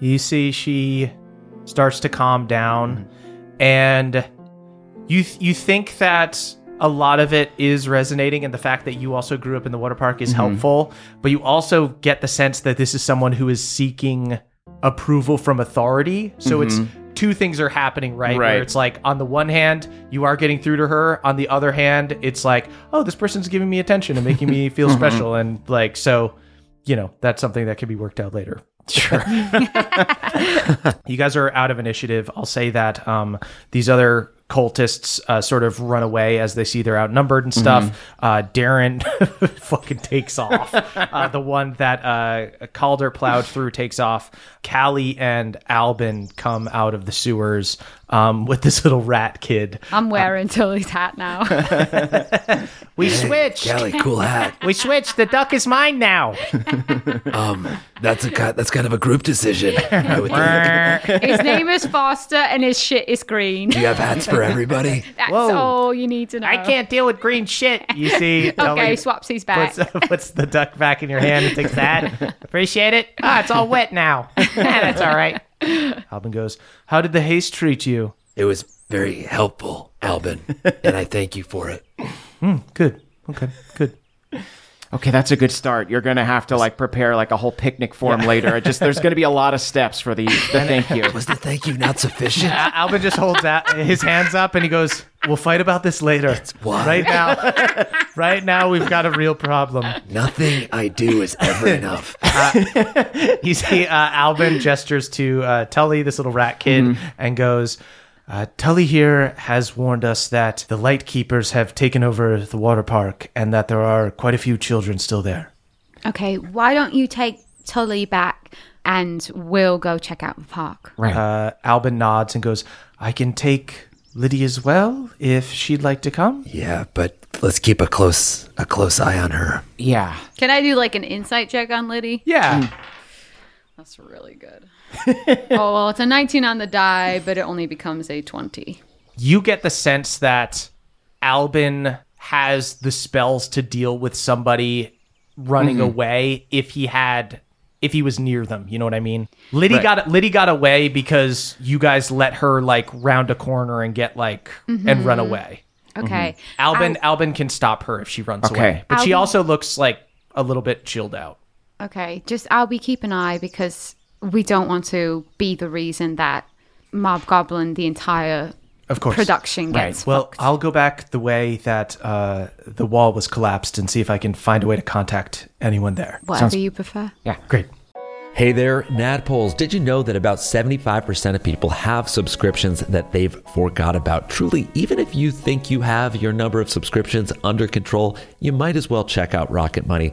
Speaker 4: You see, she starts to calm down, and you th- you think that a lot of it is resonating, and the fact that you also grew up in the water park is
Speaker 14: Mhm.
Speaker 4: helpful. But you also get the sense that this is someone who is seeking approval from authority. So
Speaker 14: Mhm.
Speaker 4: it's two things are happening, right?
Speaker 14: Right.
Speaker 4: Where it's like on the one hand, you are getting through to her. On the other hand, it's like, oh, this person's giving me attention and making me feel
Speaker 14: Mhm.
Speaker 4: special, and like so, you know, that's something that can be worked out later. Sure. you guys are out of initiative. I'll say that um, these other cultists uh, sort of run away as they see they're outnumbered and stuff.
Speaker 14: Mhm.
Speaker 4: Uh, Darren fucking takes off. uh, the one that uh, Calder plowed through takes off. Callie and Albin come out of the sewers um, with this little rat kid.
Speaker 15: I'm wearing Tully's hat now.
Speaker 14: We switched.
Speaker 16: Callie, cool hat.
Speaker 14: We switched. The duck is mine now.
Speaker 16: Um, that's a ki- that's kind of a group decision. I would think.
Speaker 15: his name is Foster and his shit is green.
Speaker 16: Do you have hats for everybody?
Speaker 15: That's
Speaker 14: Whoa.
Speaker 15: all you need to know.
Speaker 14: I can't deal with green shit.
Speaker 4: You see,
Speaker 15: okay,
Speaker 4: Tully
Speaker 15: swapsies back.
Speaker 4: puts, puts the duck back in your hand and takes that.
Speaker 14: Appreciate it. Ah, it's all wet now. Ah, That's all right.
Speaker 4: Albin goes, How did the haste treat you?
Speaker 16: It was very helpful, Albin, and I thank you for it.
Speaker 4: Good. Okay. Good.
Speaker 7: Okay, that's a good start. You're gonna have to like prepare like a whole picnic form
Speaker 16: Yeah.
Speaker 7: later. I just there's gonna be a lot of steps for the, the thank you.
Speaker 16: Was the thank you not sufficient?
Speaker 4: Al- Albin just holds out his hands up and he goes, "We'll fight about this later.
Speaker 16: wild.
Speaker 4: Right now, right now we've got a real problem."
Speaker 16: Nothing I do is ever enough.
Speaker 4: You see, uh, Albin gestures to uh, Tully, this little rat kid, and goes, uh, "Tully here has warned us that the light keepers have taken over the water park and that there are quite a few children still there."
Speaker 8: Okay, why don't you take Tully back and we'll go check out the park?
Speaker 4: Right. Uh, Albin nods and goes, "I can take Lydia as well if she'd like to come."
Speaker 16: Yeah, but let's keep a close a close eye on her.
Speaker 7: Yeah.
Speaker 15: Can I do like an insight check on Liddy?
Speaker 4: Yeah.
Speaker 15: That's really good. oh, well, it's a 19 on the die, but it only becomes a 20.
Speaker 4: you get the sense that Albin has the spells to deal with somebody running
Speaker 14: Mhm.
Speaker 4: away if he had if he was near them, you know what I mean? Liddy
Speaker 14: Right.
Speaker 4: got Liddy got away because you guys let her like round a corner and get like and run
Speaker 8: Mhm.
Speaker 4: away.
Speaker 8: Okay.
Speaker 4: Albin
Speaker 8: Al-
Speaker 4: Albin can stop her if she runs
Speaker 7: Okay.
Speaker 4: away. But she
Speaker 8: Albin-
Speaker 4: also looks like a little bit chilled out.
Speaker 8: Okay, just I'll be keep an eye because we don't want to be the reason that Mob Goblin, the entire
Speaker 4: Of course.
Speaker 8: production gets.
Speaker 4: Well, I'll go back the way that uh, the wall was collapsed and see if I can find a way to contact anyone there.
Speaker 8: Whatever you prefer.
Speaker 4: Yeah, great.
Speaker 9: Hey there, Nadpoles. Did you know that about 75% of people have subscriptions that they've forgot about? Truly, even if you think you have your number of subscriptions under control, you might as well check out Rocket Money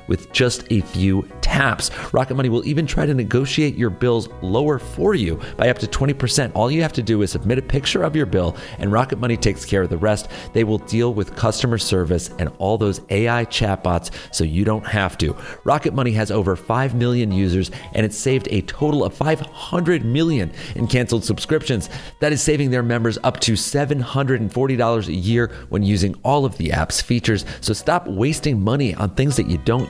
Speaker 9: with just a few taps. Rocket Money will even try to negotiate your bills lower for you by up to 20%. All you have to do is submit a picture of your bill, and Rocket Money takes care of the rest. They will deal with customer service and all those AI chatbots so you don't have to. Rocket Money has over 5 million users, and it's saved a total of 500 million in canceled subscriptions. That is saving their members up to $740 a year when using all of the app's features. So stop wasting money on things that you don't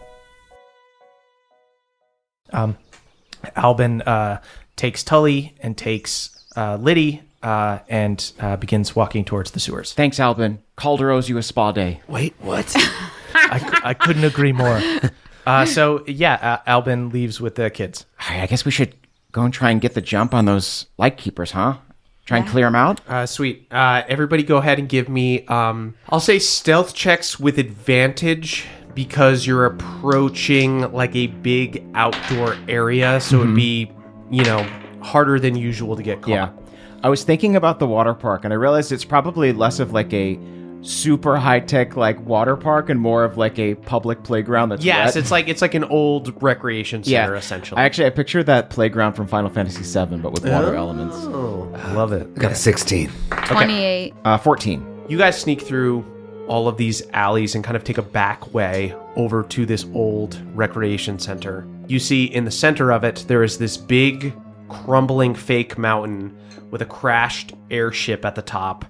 Speaker 4: Um, Albin uh, takes Tully and takes uh, Liddy uh, and uh, begins walking towards the sewers.
Speaker 7: Thanks, Albin. Calder owes you a spa day.
Speaker 4: Wait, what? I, cou- I couldn't agree more. Uh, so, yeah, uh, Albin leaves with the kids.
Speaker 7: All right, I guess we should go and try and get the jump on those light keepers, huh? Try and clear them out.
Speaker 4: Uh, sweet. Uh, everybody go ahead and give me, um, I'll say stealth checks with advantage because you're approaching like a big outdoor area. So it'd
Speaker 7: Mhm.
Speaker 4: be, you know, harder than usual to get caught.
Speaker 7: Yeah. I was thinking about the water park and I realized it's probably less of like a super high tech like water park and more of like a public playground that's
Speaker 4: Yes,
Speaker 7: wet.
Speaker 4: it's like it's like an old recreation center essentially.
Speaker 7: I actually I pictured that playground from Final Fantasy VII, but with water
Speaker 4: Oh.
Speaker 7: elements.
Speaker 4: Love it.
Speaker 7: Got a sixteen.
Speaker 8: 28.
Speaker 7: Uh, fourteen.
Speaker 4: You guys sneak through all of these alleys and kind of take a back way over to this old recreation center. You see in the center of it there is this big crumbling fake mountain with a crashed airship at the top.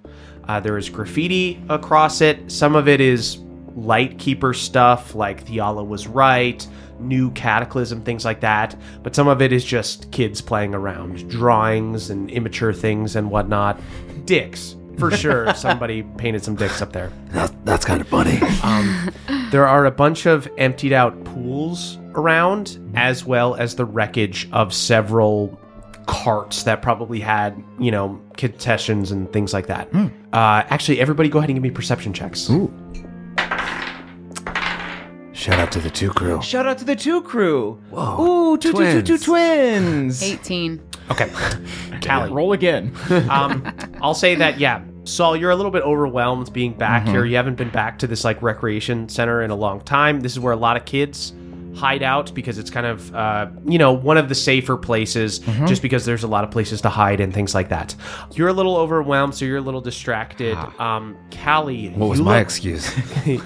Speaker 4: Uh, there is graffiti across it. Some of it is Lightkeeper stuff like Theala was right, new Cataclysm, things like that. But some of it is just kids playing around, drawings and immature things and whatnot. Dicks, for sure. Somebody painted some dicks up there.
Speaker 5: That's kind of funny.
Speaker 4: Um, there are a bunch of emptied out pools around, as well as the wreckage of several carts that probably had, you know, concessions and things like that.
Speaker 17: Hmm.
Speaker 4: Uh, actually, everybody go ahead and give me perception checks. Ooh.
Speaker 5: Shout out to the two crew.
Speaker 7: Shout out to the two crew.
Speaker 5: Whoa.
Speaker 7: Ooh, two, two, two, two twins.
Speaker 8: 18.
Speaker 4: Okay. Callie.
Speaker 7: Roll again.
Speaker 4: um, I'll say that, yeah. Saul, you're a little bit overwhelmed being back
Speaker 7: Mhm.
Speaker 5: Mm-hmm.
Speaker 4: here. You haven't been back to this like recreation center in a long time. This is where a lot of kids hide out because it's kind of uh, you know one of the safer places
Speaker 5: Mm-hmm.
Speaker 7: Mhm.
Speaker 4: just because there's a lot of places to hide and things like that you're a little overwhelmed so you're a little distracted um callie
Speaker 5: Ah. What was
Speaker 4: you
Speaker 5: my
Speaker 4: look-
Speaker 5: excuse?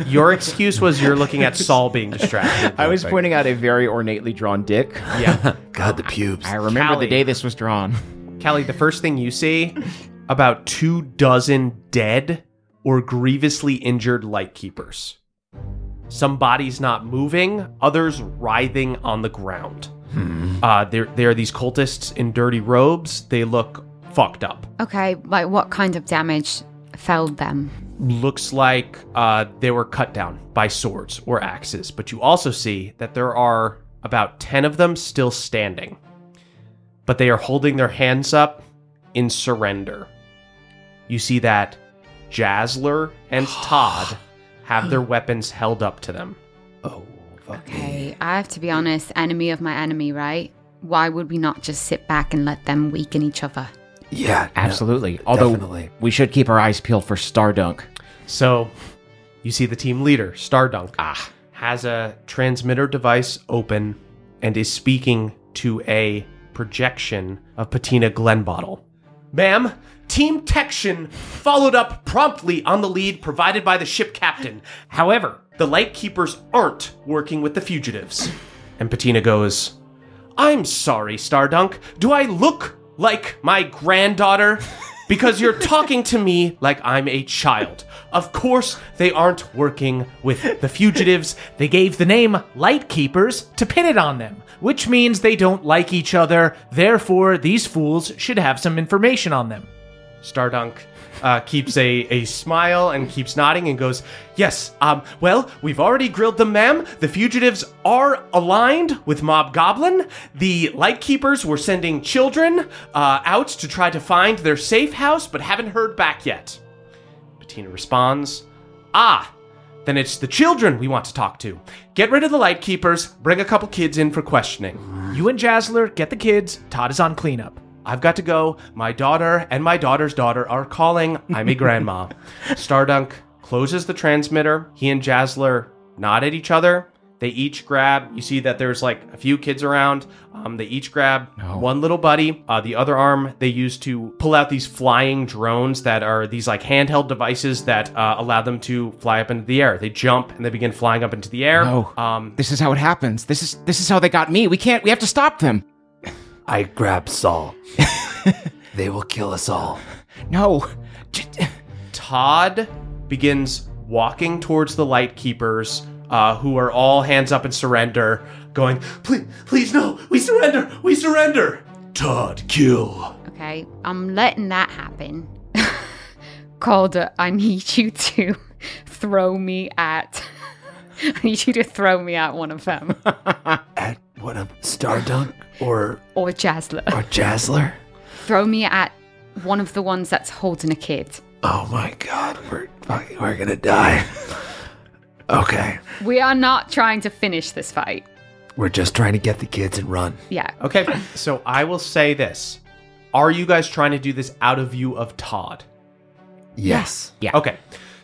Speaker 4: your excuse was you're looking at saul being distracted
Speaker 7: I was pointing out a very ornately drawn dick.
Speaker 4: Yeah.
Speaker 5: God, the pubes.
Speaker 7: I remember
Speaker 4: Callie.
Speaker 7: the day this was drawn.
Speaker 4: Callie, the first thing you see about two dozen dead or grievously injured lightkeepers. Some bodies not moving, others writhing on the ground. Uh, there, there are these cultists in dirty robes. They look fucked up.
Speaker 8: Okay, like what kind of damage felled them?
Speaker 4: Looks like uh, they were cut down by swords or axes. But you also see that there are about 10 of them still standing. But they are holding their hands up in surrender. You see that Jazler and Todd have their weapons held up to them.
Speaker 5: Oh,
Speaker 8: Okay, I have to be honest, enemy of my enemy, right? Why would we not just sit back and let them weaken each other?
Speaker 5: Yeah,
Speaker 7: absolutely. Although
Speaker 5: definitely.
Speaker 7: we should keep our eyes peeled for Stardunk.
Speaker 4: So you see the team leader, Stardunk, has a transmitter device open and is speaking to a projection of Patina Glenbottle. Ma'am, Team Tection followed up promptly on the lead provided by the ship captain. However, the Lightkeepers aren't working with the fugitives. And Patina goes, I'm sorry, Stardunk. Do I look like my granddaughter? Because you're talking to me like I'm a child. Of course, they aren't working with the fugitives. They gave the name Lightkeepers to pin it on them, which means they don't like each other. Therefore, these fools should have some information on them. Stardunk uh, keeps a, a smile and keeps nodding and goes, Yes, um, well, we've already grilled them, ma'am. The fugitives are aligned with Mob Goblin. The Lightkeepers were sending children uh, out to try to find their safe house, but haven't heard back yet. Bettina responds, Ah, then it's the children we want to talk to. Get rid of the lightkeepers, bring a couple kids in for questioning. You and Jazler get the kids, Todd is on cleanup. I've got to go. My daughter and my daughter's daughter are calling. I'm a grandma. Stardunk closes the transmitter. He and Jazler nod at each other. They each grab. You see that there's like a few kids around. Um, they each grab one little buddy. Uh, the other arm they use to pull out these flying drones that are these like handheld devices that uh, allow them to fly up into the air. They jump and they begin flying up into the air.
Speaker 7: No.
Speaker 4: Um,
Speaker 7: This is how it happens. This is this is how they got me. We can't. We have to stop them.
Speaker 5: I grab Saul. they will kill us all.
Speaker 7: No.
Speaker 4: Todd begins walking towards the light keepers, uh, who are all hands up in surrender, going, Please, please, no, we surrender, we surrender. Todd, kill.
Speaker 8: Okay, I'm letting that happen. Calder, I need you to throw me at. I need you to throw me at one of them.
Speaker 5: What a Stardunk or
Speaker 8: or Jazzler.
Speaker 5: or Jazzler?
Speaker 8: Throw me at one of the ones that's holding a kid.
Speaker 5: Oh my god, we're fucking- we're gonna die. Okay,
Speaker 8: We are not trying to finish this fight.
Speaker 5: we're just trying to get the kids and run.
Speaker 8: Yeah.
Speaker 4: Okay, so I will say this. Are you guys trying to do this out of view of Todd?
Speaker 5: Yes.
Speaker 4: Yeah. Okay.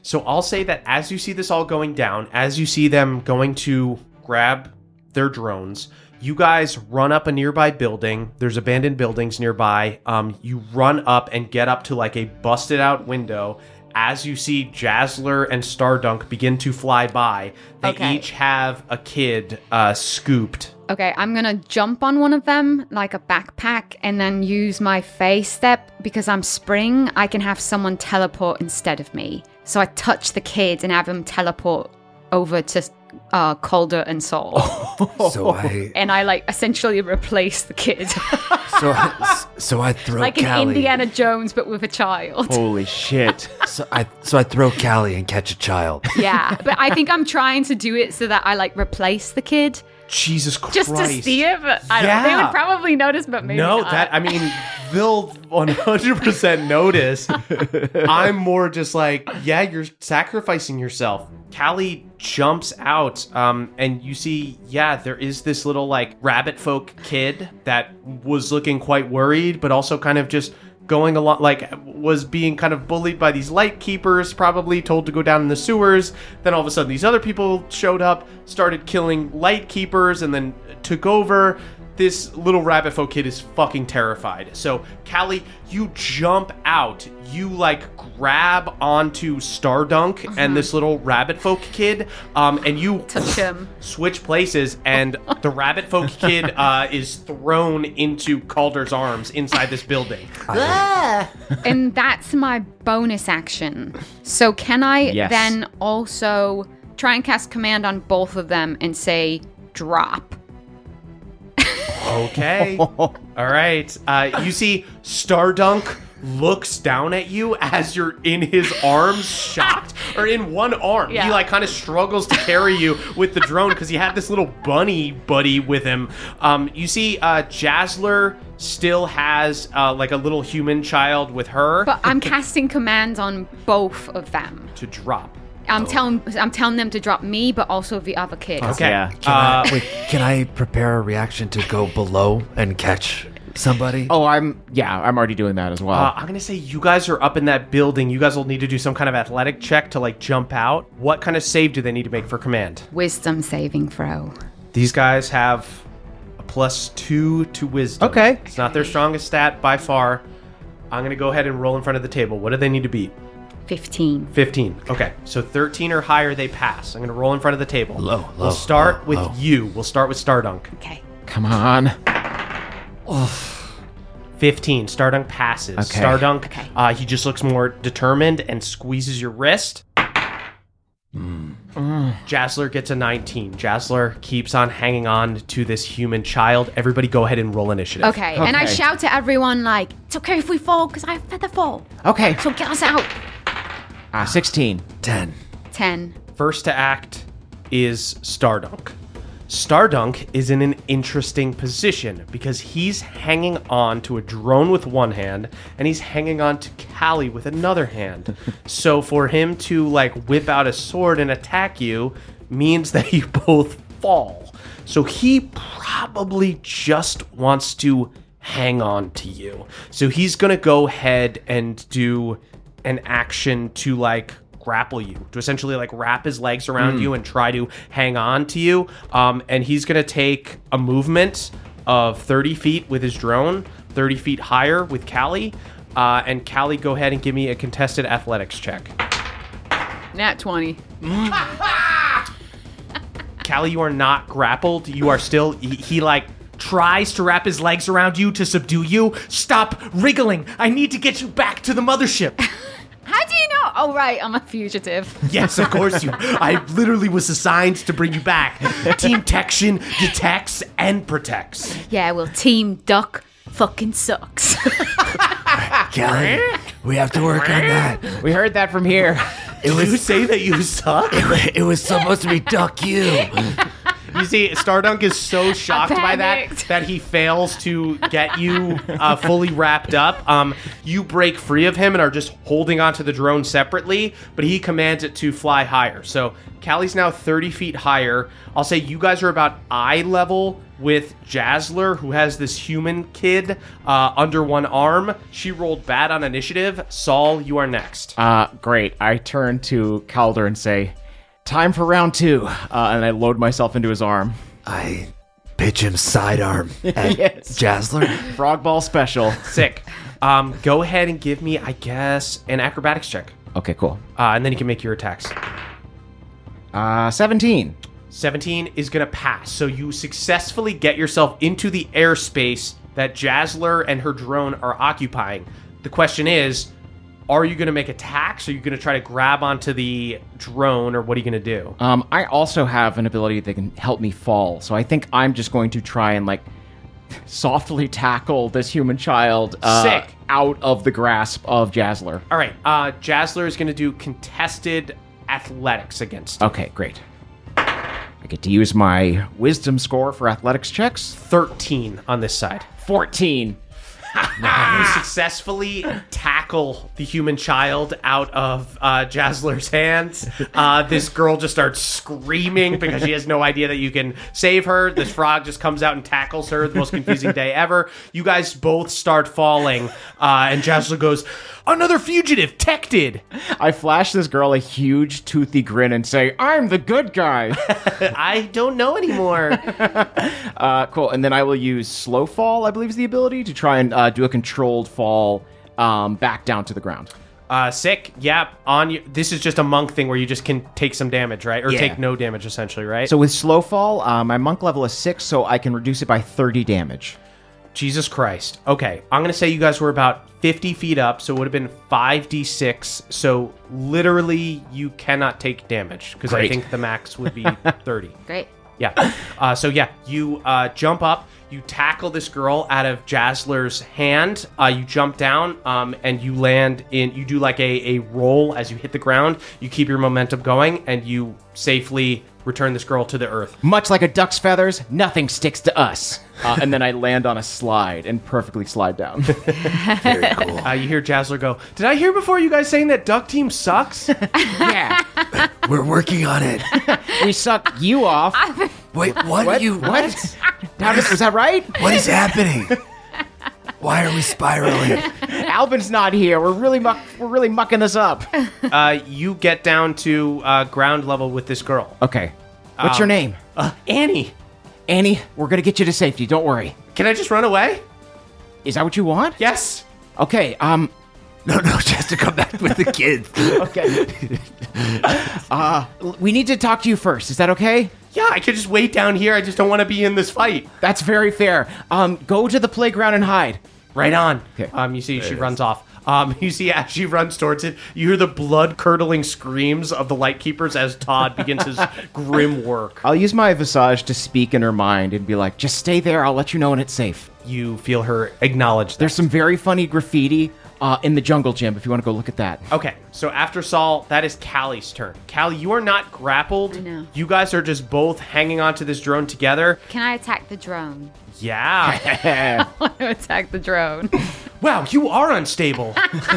Speaker 4: So I'll say that as you see this all going down, as you see them going to grab their drones, you guys run up a nearby building. There's abandoned buildings nearby. Um, you run up and get up to like a busted out window. As you see Jazzler and Stardunk begin to fly by, they
Speaker 8: Okay.
Speaker 4: each have a kid uh, scooped.
Speaker 8: Okay, I'm gonna jump on one of them like a backpack and then use my phase step because I'm spring. I can have someone teleport instead of me. So I touch the kid and have him teleport over to uh, Calder and Saul.
Speaker 4: Oh.
Speaker 5: So I
Speaker 8: and I like essentially replace the kid
Speaker 5: so I, so I throw
Speaker 8: like an
Speaker 5: Callie.
Speaker 8: Indiana Jones but with a child.
Speaker 5: Holy shit! so I so I throw Callie and catch a child.
Speaker 8: Yeah, but I think I'm trying to do it so that I like replace the kid
Speaker 4: Jesus Christ!
Speaker 8: just to see it. But I don't, they
Speaker 4: Yeah.
Speaker 8: would probably notice, but maybe
Speaker 4: no,
Speaker 8: not.
Speaker 4: that I mean, they'll one hundred percent notice. I'm more just like, yeah, you're sacrificing yourself. Callie jumps out, um, and you see, yeah, there is this little like rabbit folk kid that was looking quite worried, but also kind of just going along, like was being kind of bullied by these light keepers, probably told to go down in the sewers. Then all of a sudden, these other people showed up, started killing light keepers, and then took over. This little rabbit folk kid is fucking terrified. So, Callie, you jump out. You like grab onto Stardunk and this little rabbit folk kid, um, and you touch
Speaker 8: him.
Speaker 4: Switch places, and the rabbit folk kid uh, is thrown into Calder's arms inside this building.
Speaker 8: and that's my bonus action. So can I
Speaker 4: Yes.
Speaker 8: then also try and cast command on both of them and say drop?
Speaker 4: Okay. All right. Uh, you see, Stardunk looks down at you as you're in his arms, shocked, or in one arm. He like kind of struggles to carry you with the drone because he had this little bunny buddy with him. Um, you see, uh, Jazzler still has uh, like a little human child with her
Speaker 8: But I'm casting command on both of them.
Speaker 4: to drop.
Speaker 8: I'm telling I'm telling them to drop me, but also the other kid.
Speaker 4: Uh,
Speaker 5: Can, I,
Speaker 7: Uh,
Speaker 5: wait, can I prepare a reaction to go below and catch somebody?
Speaker 7: Oh, I'm yeah. I'm already doing that as well.
Speaker 4: Uh, I'm gonna say you guys are up in that building. You guys will need to do some kind of athletic check to like jump out. What kind of save do they need to make for command?
Speaker 8: Wisdom saving throw.
Speaker 4: These guys have a plus two to wisdom. Okay. It's not their strongest stat by far. I'm going to go ahead and roll in front of the table. What do they need to beat?
Speaker 8: 15.
Speaker 4: 15. Okay. So 13 or higher, they pass. I'm going to roll in front of the table.
Speaker 5: Low, low,
Speaker 4: We'll start
Speaker 5: low,
Speaker 4: with
Speaker 5: low.
Speaker 4: you. We'll start with Stardunk.
Speaker 8: Okay.
Speaker 7: Come on.
Speaker 4: 15. Stardunk passes.
Speaker 7: Okay.
Speaker 4: Stardunk, uh, he just looks more determined and squeezes your wrist.
Speaker 5: Hmm.
Speaker 4: Jazzler gets a 19. Jazzler keeps on hanging on to this human child. Everybody go ahead and roll initiative.
Speaker 8: Okay. And I shout to everyone like, it's okay if we fall, because I have feather fall.
Speaker 7: Okay.
Speaker 8: So get us out.
Speaker 7: Ah, 16.
Speaker 5: 10.
Speaker 8: Ten.
Speaker 4: First to act is Stardunk. Stardunk is in an interesting position because he's hanging on to a drone with one hand and he's hanging on to Callie with another hand. so for him to like whip out a sword and attack you means that you both fall. So he probably just wants to hang on to you. So he's going to go ahead and do an action to like grapple you, to essentially like wrap his legs around
Speaker 12: Mm.
Speaker 4: you and try to hang on to you. Um, and he's going to take a movement of 30 feet with his drone, 30 feet higher with Callie. Uh, and Callie, go ahead and give me a contested athletics check.
Speaker 8: Nat 20.
Speaker 4: Callie, you are not grappled. You are still. He, he like
Speaker 3: Tries to wrap his legs around you to subdue you. Stop wriggling. I need to get you back to the mothership.
Speaker 8: How do you know? Oh, right, I'm a fugitive.
Speaker 3: yes, of course you. I literally was assigned to bring you back. Team Tection detects and protects.
Speaker 8: Yeah, well, Team Duck fucking sucks.
Speaker 5: Callie, we have to work on that.
Speaker 7: We heard that from here.
Speaker 5: It was,
Speaker 4: you say that you suck?
Speaker 5: it was supposed to be duck you.
Speaker 4: You see, Stardunk is so shocked by that
Speaker 12: panicked.
Speaker 4: that he fails to get you uh, fully wrapped up. Um, you break free of him and are just holding onto the drone separately, but he commands it to fly higher. So Callie's now 30 feet higher. I'll say you guys are about eye level with Jazzler, who has this human kid uh, under one arm. She rolled bad on initiative. Saul, you are next.
Speaker 7: Uh, great. I turn to Calder and say, "Time for round two. Uh, and I load myself into his arm.
Speaker 5: I pitch him sidearm at
Speaker 7: yes.
Speaker 5: Jazzler.
Speaker 7: Frog ball special.
Speaker 4: Sick. Um, go ahead and give me, I guess, an acrobatics check.
Speaker 7: Okay, cool.
Speaker 4: Uh, and then you can make your attacks.
Speaker 7: Uh, 17.
Speaker 4: 17 is going to pass. So you successfully get yourself into the airspace that Jazzler and her drone are occupying. The question is, are you going to make attacks? Are you going to try to grab onto the drone, or what are you going to do?
Speaker 7: Um, I also have an ability that can help me fall, so I think I'm just going to try and like softly tackle this human child uh,
Speaker 4: Sick.
Speaker 7: out of the grasp of Jazzler.
Speaker 4: All right, uh, Jazzler is going to do contested athletics against.
Speaker 7: Okay, great. I get to use my wisdom score for athletics checks.
Speaker 4: 13 on this side.
Speaker 7: 14.
Speaker 4: You successfully tackle the human child out of uh, Jazzler's hands. Uh, this girl just starts screaming because she has no idea that you can save her. This frog just comes out and tackles her. The most confusing day ever. You guys both start falling, uh, and Jazzler goes, "Another fugitive, tected."
Speaker 7: I flash this girl a huge toothy grin and say, "I'm the good guy."
Speaker 4: I don't know anymore.
Speaker 7: Uh, cool. And then I will use slow fall, I believe is the ability, to try and uh, do a controlled fall um, back down to the ground.
Speaker 4: Uh, sick. Yep. On your, this is just a monk thing where you just can take some damage, right, or
Speaker 7: Yeah.
Speaker 4: take no damage essentially, right?
Speaker 7: So with slow fall, uh, my monk level is six, so I can reduce it by thirty damage.
Speaker 4: Jesus Christ. Okay, I'm gonna say you guys were about 50 feet up, so it would have been 5d6. So literally, you cannot take damage because I
Speaker 12: Great.
Speaker 4: think the max would be 30.
Speaker 8: Great.
Speaker 4: Yeah. Uh, so yeah, you uh, jump up, you tackle this girl out of Jazzler's hand. Uh, you jump down, um, and you land in. You do like a a roll as you hit the ground. You keep your momentum going, and you safely return this girl to the earth.
Speaker 7: Much like a duck's feathers, nothing sticks to us. Uh, and then I land on a slide and perfectly slide down.
Speaker 4: Uh, you hear Jazzler go, Did I hear before you guys saying that Duck Team sucks?
Speaker 7: yeah.
Speaker 5: We're working on it.
Speaker 7: we suck you off.
Speaker 5: Wait, what, are you?
Speaker 7: What? How did- was that right?
Speaker 5: What is happening? Why are we spiraling?
Speaker 7: Alvin's not here. We're really muck- we're really mucking this up.
Speaker 4: uh, you get down to uh, ground level with this girl.
Speaker 7: Okay. What's your
Speaker 4: Um,
Speaker 7: name?
Speaker 4: Uh, Annie,
Speaker 7: Annie, we're gonna get you to safety. Don't worry.
Speaker 4: can I just run away?
Speaker 7: Is that what you want?
Speaker 4: Yes.
Speaker 7: Okay. Um.
Speaker 5: No, no, she has to come back with the kids.
Speaker 7: Okay. uh, l- we need to talk to you first. Is that okay?
Speaker 4: Yeah, I could just wait down here. I just don't want to be in this fight.
Speaker 7: That's very fair. Um, go to the playground and hide.
Speaker 4: Right on.
Speaker 7: Okay.
Speaker 4: Um, you see, she runs off. Um, you see, as she runs towards it, you hear the blood curdling screams of the lightkeepers as Todd begins his grim work.
Speaker 7: I'll use my visage to speak in her mind and be like, "Just stay there. I'll let you know when it's safe."
Speaker 4: You feel her acknowledge that.
Speaker 7: There's some very funny graffiti uh, in the jungle gym. If you want to go look at that.
Speaker 4: Okay, so after Saul, that is Callie's turn. Callie, you are not grappled.
Speaker 8: I know.
Speaker 4: You guys are just both hanging onto this drone together.
Speaker 8: Can I attack the drone?
Speaker 4: Yeah.
Speaker 8: I want to attack the drone.
Speaker 4: wow, you are unstable.
Speaker 8: yeah,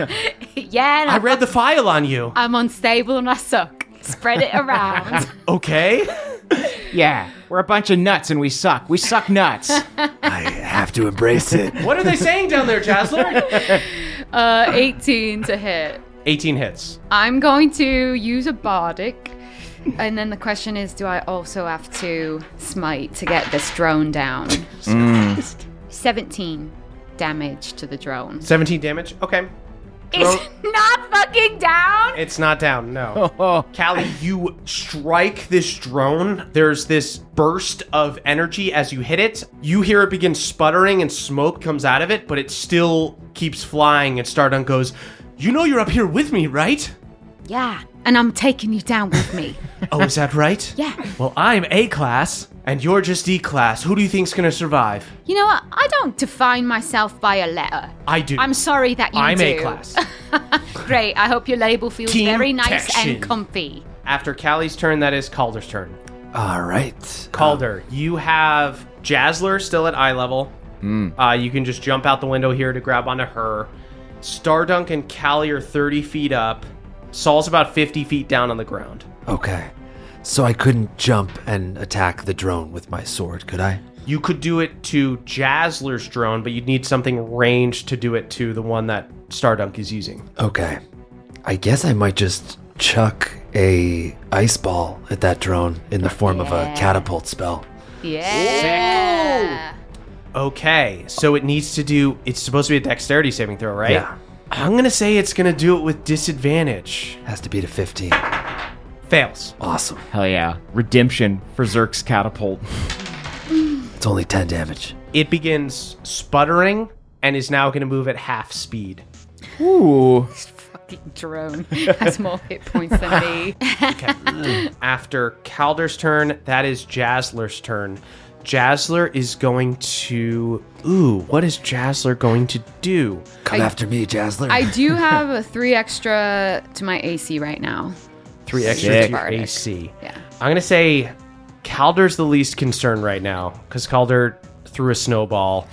Speaker 8: and
Speaker 4: I
Speaker 8: I'm,
Speaker 4: read the file on you.
Speaker 8: I'm unstable and I suck. Spread it around.
Speaker 4: Okay.
Speaker 7: yeah, we're a bunch of nuts and we suck. We suck nuts.
Speaker 5: I have to embrace it.
Speaker 4: What are they saying down there, Jazzler?
Speaker 8: uh, 18 to hit.
Speaker 4: 18 hits.
Speaker 8: I'm going to use a bardic. And then the question is do I also have to smite to get this drone down?
Speaker 4: Mm.
Speaker 8: 17 damage to the drone.
Speaker 4: 17 damage? Okay.
Speaker 8: It's not fucking down!
Speaker 4: It's not down, no. Callie, you strike this drone. There's this burst of energy as you hit it. You hear it begin sputtering and smoke comes out of it, but it still keeps flying. And Stardunk goes, You know you're up here with me, right?
Speaker 8: Yeah. And I'm taking you down with me.
Speaker 4: Oh, is that right?
Speaker 8: Yeah.
Speaker 4: Well, I'm A class, and you're just D class. Who do you think's gonna survive?
Speaker 8: You know what? I don't define myself by a letter.
Speaker 4: I do.
Speaker 8: I'm sorry that you
Speaker 4: I'm
Speaker 8: do.
Speaker 4: A class.
Speaker 8: Great. I hope your label feels
Speaker 4: Team
Speaker 8: very nice
Speaker 4: Texan.
Speaker 8: and comfy.
Speaker 4: After Callie's turn, that is Calder's turn.
Speaker 5: All right.
Speaker 4: Calder, you have Jazzler still at eye level. Uh, you can just jump out the window here to grab onto her. Stardunk and Callie are 30 feet up. Saul's about 50 feet down on the ground.
Speaker 5: Okay. So I couldn't jump and attack the drone with my sword, could I?
Speaker 4: You could do it to Jazzler's drone, but you'd need something ranged to do it to the one that Stardunk is using.
Speaker 5: Okay. I guess I might just chuck a ice ball at that drone in the form of a
Speaker 8: Yeah.
Speaker 5: catapult spell.
Speaker 8: Yeah.
Speaker 4: Okay, so it needs to do. It's supposed to be a dexterity saving throw, right?
Speaker 5: Yeah.
Speaker 4: I'm gonna say it's gonna do it with disadvantage.
Speaker 5: Has to beat a 15.
Speaker 4: Fails.
Speaker 5: Awesome.
Speaker 7: Hell yeah. Redemption for Zerk's catapult.
Speaker 5: It's only 10 damage.
Speaker 4: It begins sputtering and is now gonna move at half speed.
Speaker 7: Ooh.
Speaker 8: Fucking drone has more hit points than me.
Speaker 4: After Calder's turn, that is Jazzler's turn. Jazzler is going to. Ooh, what is Jazzler going to do?
Speaker 5: Come after me, Jazzler.
Speaker 8: I do have a three extra to my AC right now.
Speaker 4: Three extra
Speaker 8: Sick.
Speaker 4: to your
Speaker 8: Bardic.
Speaker 4: AC.
Speaker 8: Yeah.
Speaker 4: I'm gonna say Calder's the least concerned right now because Calder threw a snowball.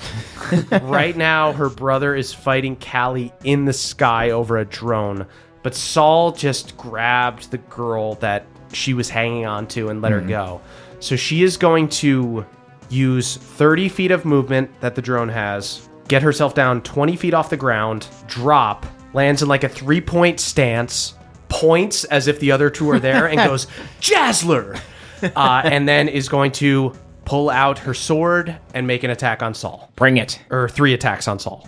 Speaker 4: right now, her brother is fighting Callie in the sky over a drone, but Saul just grabbed the girl that she was hanging on to and let her
Speaker 12: Mhm.
Speaker 4: go. So she is going to use 30 feet of movement that the drone has, get herself down 20 feet off the ground, drop, lands in like a three point stance, points as if the other two are there, and goes, Jazzler! Uh, and then is going to pull out her sword and make an attack on Saul.
Speaker 7: Bring it.
Speaker 4: Or three attacks on Saul.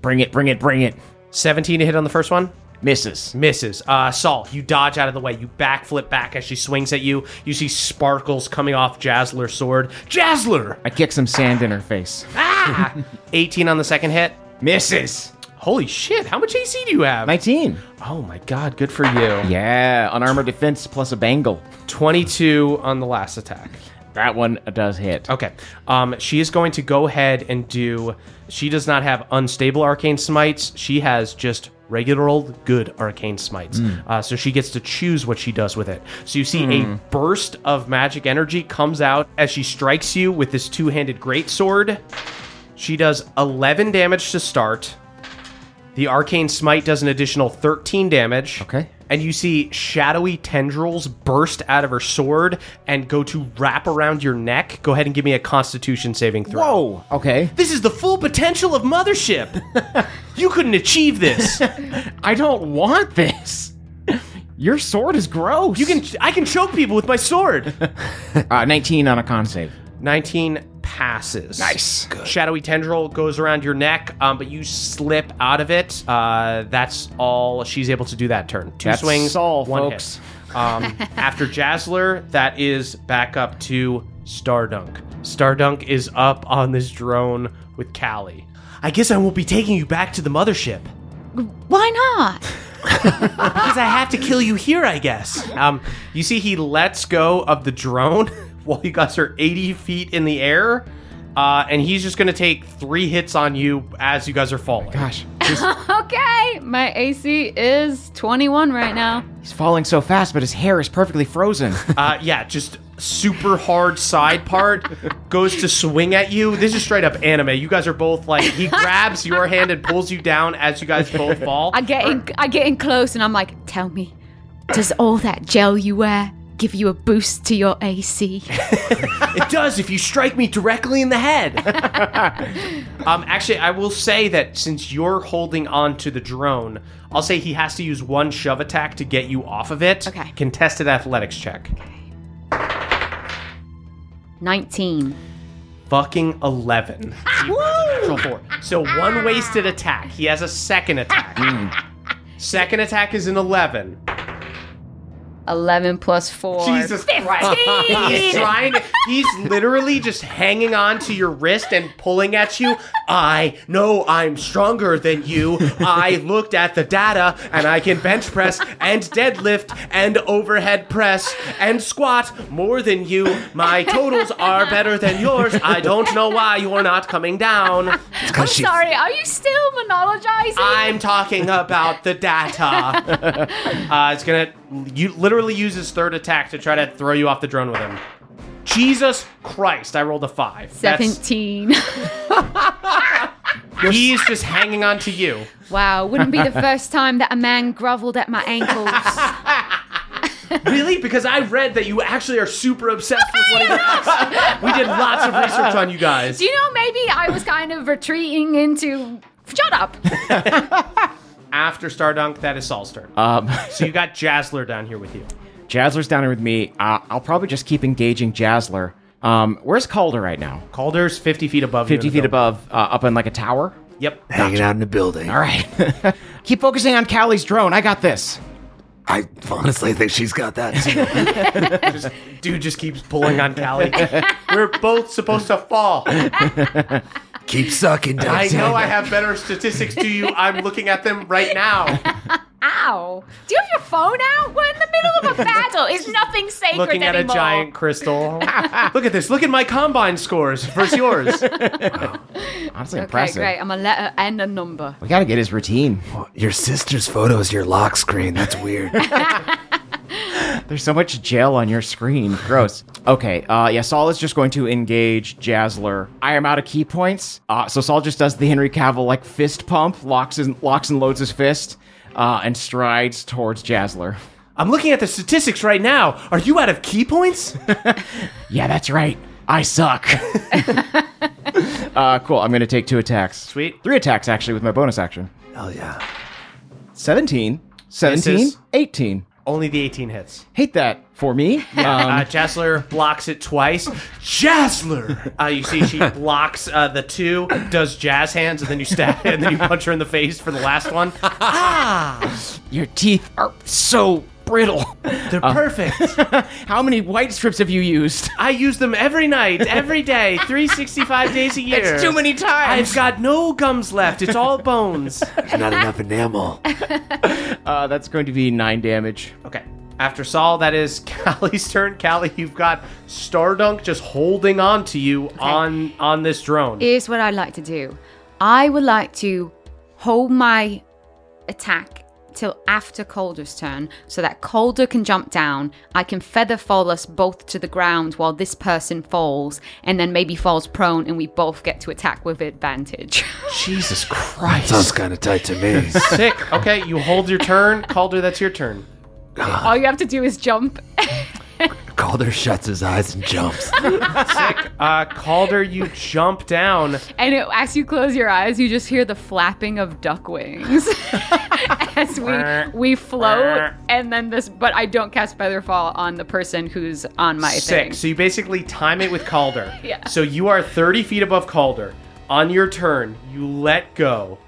Speaker 7: Bring it, bring it, bring it.
Speaker 4: 17 to hit on the first one.
Speaker 7: Misses.
Speaker 4: Misses. Uh, Saul, you dodge out of the way. You backflip back as she swings at you. You see sparkles coming off Jazzler's sword. Jazzler!
Speaker 7: I kick some sand in her face.
Speaker 4: Ah! 18 on the second hit.
Speaker 7: Misses.
Speaker 4: Holy shit, how much AC do you have?
Speaker 7: 19.
Speaker 4: Oh my god, good for you.
Speaker 7: Yeah, unarmored defense plus a bangle.
Speaker 4: 22 on the last attack.
Speaker 7: That one does hit.
Speaker 4: Okay. Um, she is going to go ahead and do. She does not have unstable arcane smites. She has just regular old good arcane smites.
Speaker 12: Mm.
Speaker 4: Uh, so she gets to choose what she does with it. So you see
Speaker 12: Hmm.
Speaker 4: a burst of magic energy comes out as she strikes you with this two handed greatsword. She does 11 damage to start. The arcane smite does an additional 13 damage. Okay. And you see shadowy tendrils burst out of her sword and go to wrap around your neck. Go ahead and give me a constitution saving throw.
Speaker 7: Whoa. Okay.
Speaker 4: This is the full potential of mothership. you couldn't achieve this.
Speaker 7: I don't want this. Your sword is gross. You
Speaker 4: can I can choke people with my sword.
Speaker 7: uh, 19 on a con save.
Speaker 4: 19 passes. Nice. Shadowy tendril goes around your neck, um, but you slip out of it. Uh, that's all she's able to do that turn. Two
Speaker 7: That's
Speaker 4: swings,
Speaker 7: all,
Speaker 4: one
Speaker 7: folks.
Speaker 4: hit. Um, after Jazzler, that is back up to Stardunk. Stardunk is up on this drone with Callie. I guess I won't be taking you back to the mothership.
Speaker 8: Why not?
Speaker 4: because I have to kill you here, I guess. Um, you see, he lets go of the drone while you guys are 80 feet in the air, uh, and he's just going to take three hits on you as you guys are falling.
Speaker 7: gosh,
Speaker 8: okay. My AC is 21 right now.
Speaker 7: He's falling so fast, but his hair is perfectly frozen.
Speaker 4: uh, yeah, just super hard side part goes to swing at you. This is straight up anime. You guys are both like he grabs your hand and pulls you down as you guys both fall.
Speaker 8: I get in, I get in close and I'm like, tell me, does all that gel you wear give you a boost to your AC.
Speaker 4: it does if you strike me directly in the head. um, actually, I will say that since you're holding on to the drone, I'll say he has to use one shove attack to get you off of it. Okay. Contested athletics check.
Speaker 8: 19.
Speaker 4: Fucking 11. Natural four. So one wasted attack. He has a second attack. Second attack is an 11.
Speaker 8: 11 plus 4.
Speaker 4: Jesus Christ. He's trying to, he's literally just hanging on to your wrist and pulling at you. I know I'm stronger than you. I looked at the data and I can bench press and deadlift and overhead press and squat more than you. My totals are better than yours. I don't know why you're not coming down.
Speaker 8: I'm sorry, are you still monologizing?
Speaker 4: I'm talking about the data. uh, it's gonna you literally use his third attack to try to throw you off the drone with him. Jesus Christ! I rolled a five. That's-
Speaker 8: 17.
Speaker 4: he's just hanging on to you.
Speaker 8: wow, wouldn't be the first time that a man groveled at my ankles.
Speaker 4: really? Because I read that you actually are super obsessed with one another. We did lots of research on you guys.
Speaker 8: Do you know maybe I was kind of retreating into shut up.
Speaker 4: After Stardunk, that is Saul's turn.
Speaker 7: Um,
Speaker 4: So you got Jazzler down here with you.
Speaker 7: Jazzler's down here with me. Uh, I'll probably just keep engaging Jazzler. Um, where's Calder right now?
Speaker 4: Calder's 50 feet above you in
Speaker 7: 50
Speaker 4: the
Speaker 7: feet
Speaker 4: building.
Speaker 7: above, uh, up in like a tower?
Speaker 4: Yep.
Speaker 5: Hanging out in the building.
Speaker 7: All right. keep focusing on Callie's drone. I got this.
Speaker 5: I honestly think she's got that too.
Speaker 4: Just- dude just keeps pulling on Callie. We're both supposed to fall.
Speaker 5: Keep sucking, Doug.
Speaker 4: I know I have better statistics to you. I'm looking at them right now.
Speaker 6: Ow! Do you have your phone out? We're in the middle of a battle. It's nothing sacred
Speaker 4: looking at
Speaker 6: anymore.
Speaker 4: a giant crystal. Look at this. Look at my combine scores versus yours.
Speaker 7: Honestly,
Speaker 8: okay, great. I'm a letter and a number.
Speaker 7: We gotta get his routine.
Speaker 5: Your sister's photo is your lock screen. That's weird.
Speaker 7: There's so much gel on your screen. Gross. Okay. Uh, yeah, Saul is just going to engage Jazzler. I am out of key points. Uh, so Saul just does the Henry Cavill like fist pump, locks and locks and loads his fist, uh, and strides towards Jazzler.
Speaker 4: I'm looking at the statistics right now. Are you out of key points?
Speaker 7: Yeah, that's right. I suck. uh, cool. I'm gonna take two attacks.
Speaker 4: Sweet.
Speaker 7: Three attacks actually with my bonus action.
Speaker 5: Hell yeah.
Speaker 7: 17, 17,
Speaker 4: Misses.
Speaker 7: 18.
Speaker 4: Only the 18 hits.
Speaker 7: Hate that for me. Um,
Speaker 4: uh, Jessler blocks it twice. Jazzler! Uh, you see, she blocks uh, the two, does jazz hands, and then you stab, and then you punch her in the face for the last one.
Speaker 7: Your teeth are so brittle.
Speaker 4: They're
Speaker 7: Uh.
Speaker 4: perfect.
Speaker 7: How many white strips have you used?
Speaker 4: I use them every night, every day, 365 days a year.
Speaker 7: It's too many times.
Speaker 4: I've got no gums left. It's all bones.
Speaker 5: Not enough enamel.
Speaker 7: Uh, that's going to be nine damage.
Speaker 4: Okay. After Saul, that is Callie's turn. Callie, you've got Stardunk just holding on to you on on this drone.
Speaker 8: Here's what I'd like to do. I would like to hold my attack till after Calder's turn so that Calder can jump down. I can feather fall us both to the ground while this person falls and then maybe falls prone and we both get to attack with advantage.
Speaker 7: Jesus Christ.
Speaker 5: Sounds kind of tight to me.
Speaker 4: Sick. Okay, you hold your turn. Calder, that's your turn.
Speaker 8: All you have to do is jump.
Speaker 5: Calder shuts his eyes and jumps.
Speaker 4: Uh, Calder, you jump down.
Speaker 8: And it, as you close your eyes, you just hear the flapping of duck wings as we we float. And then this, but I don't cast featherfall on the person who's on my
Speaker 4: Sick.
Speaker 8: thing.
Speaker 4: So you basically time it with Calder.
Speaker 8: Yeah.
Speaker 4: So you are 30 feet above Calder. On your turn, you let go.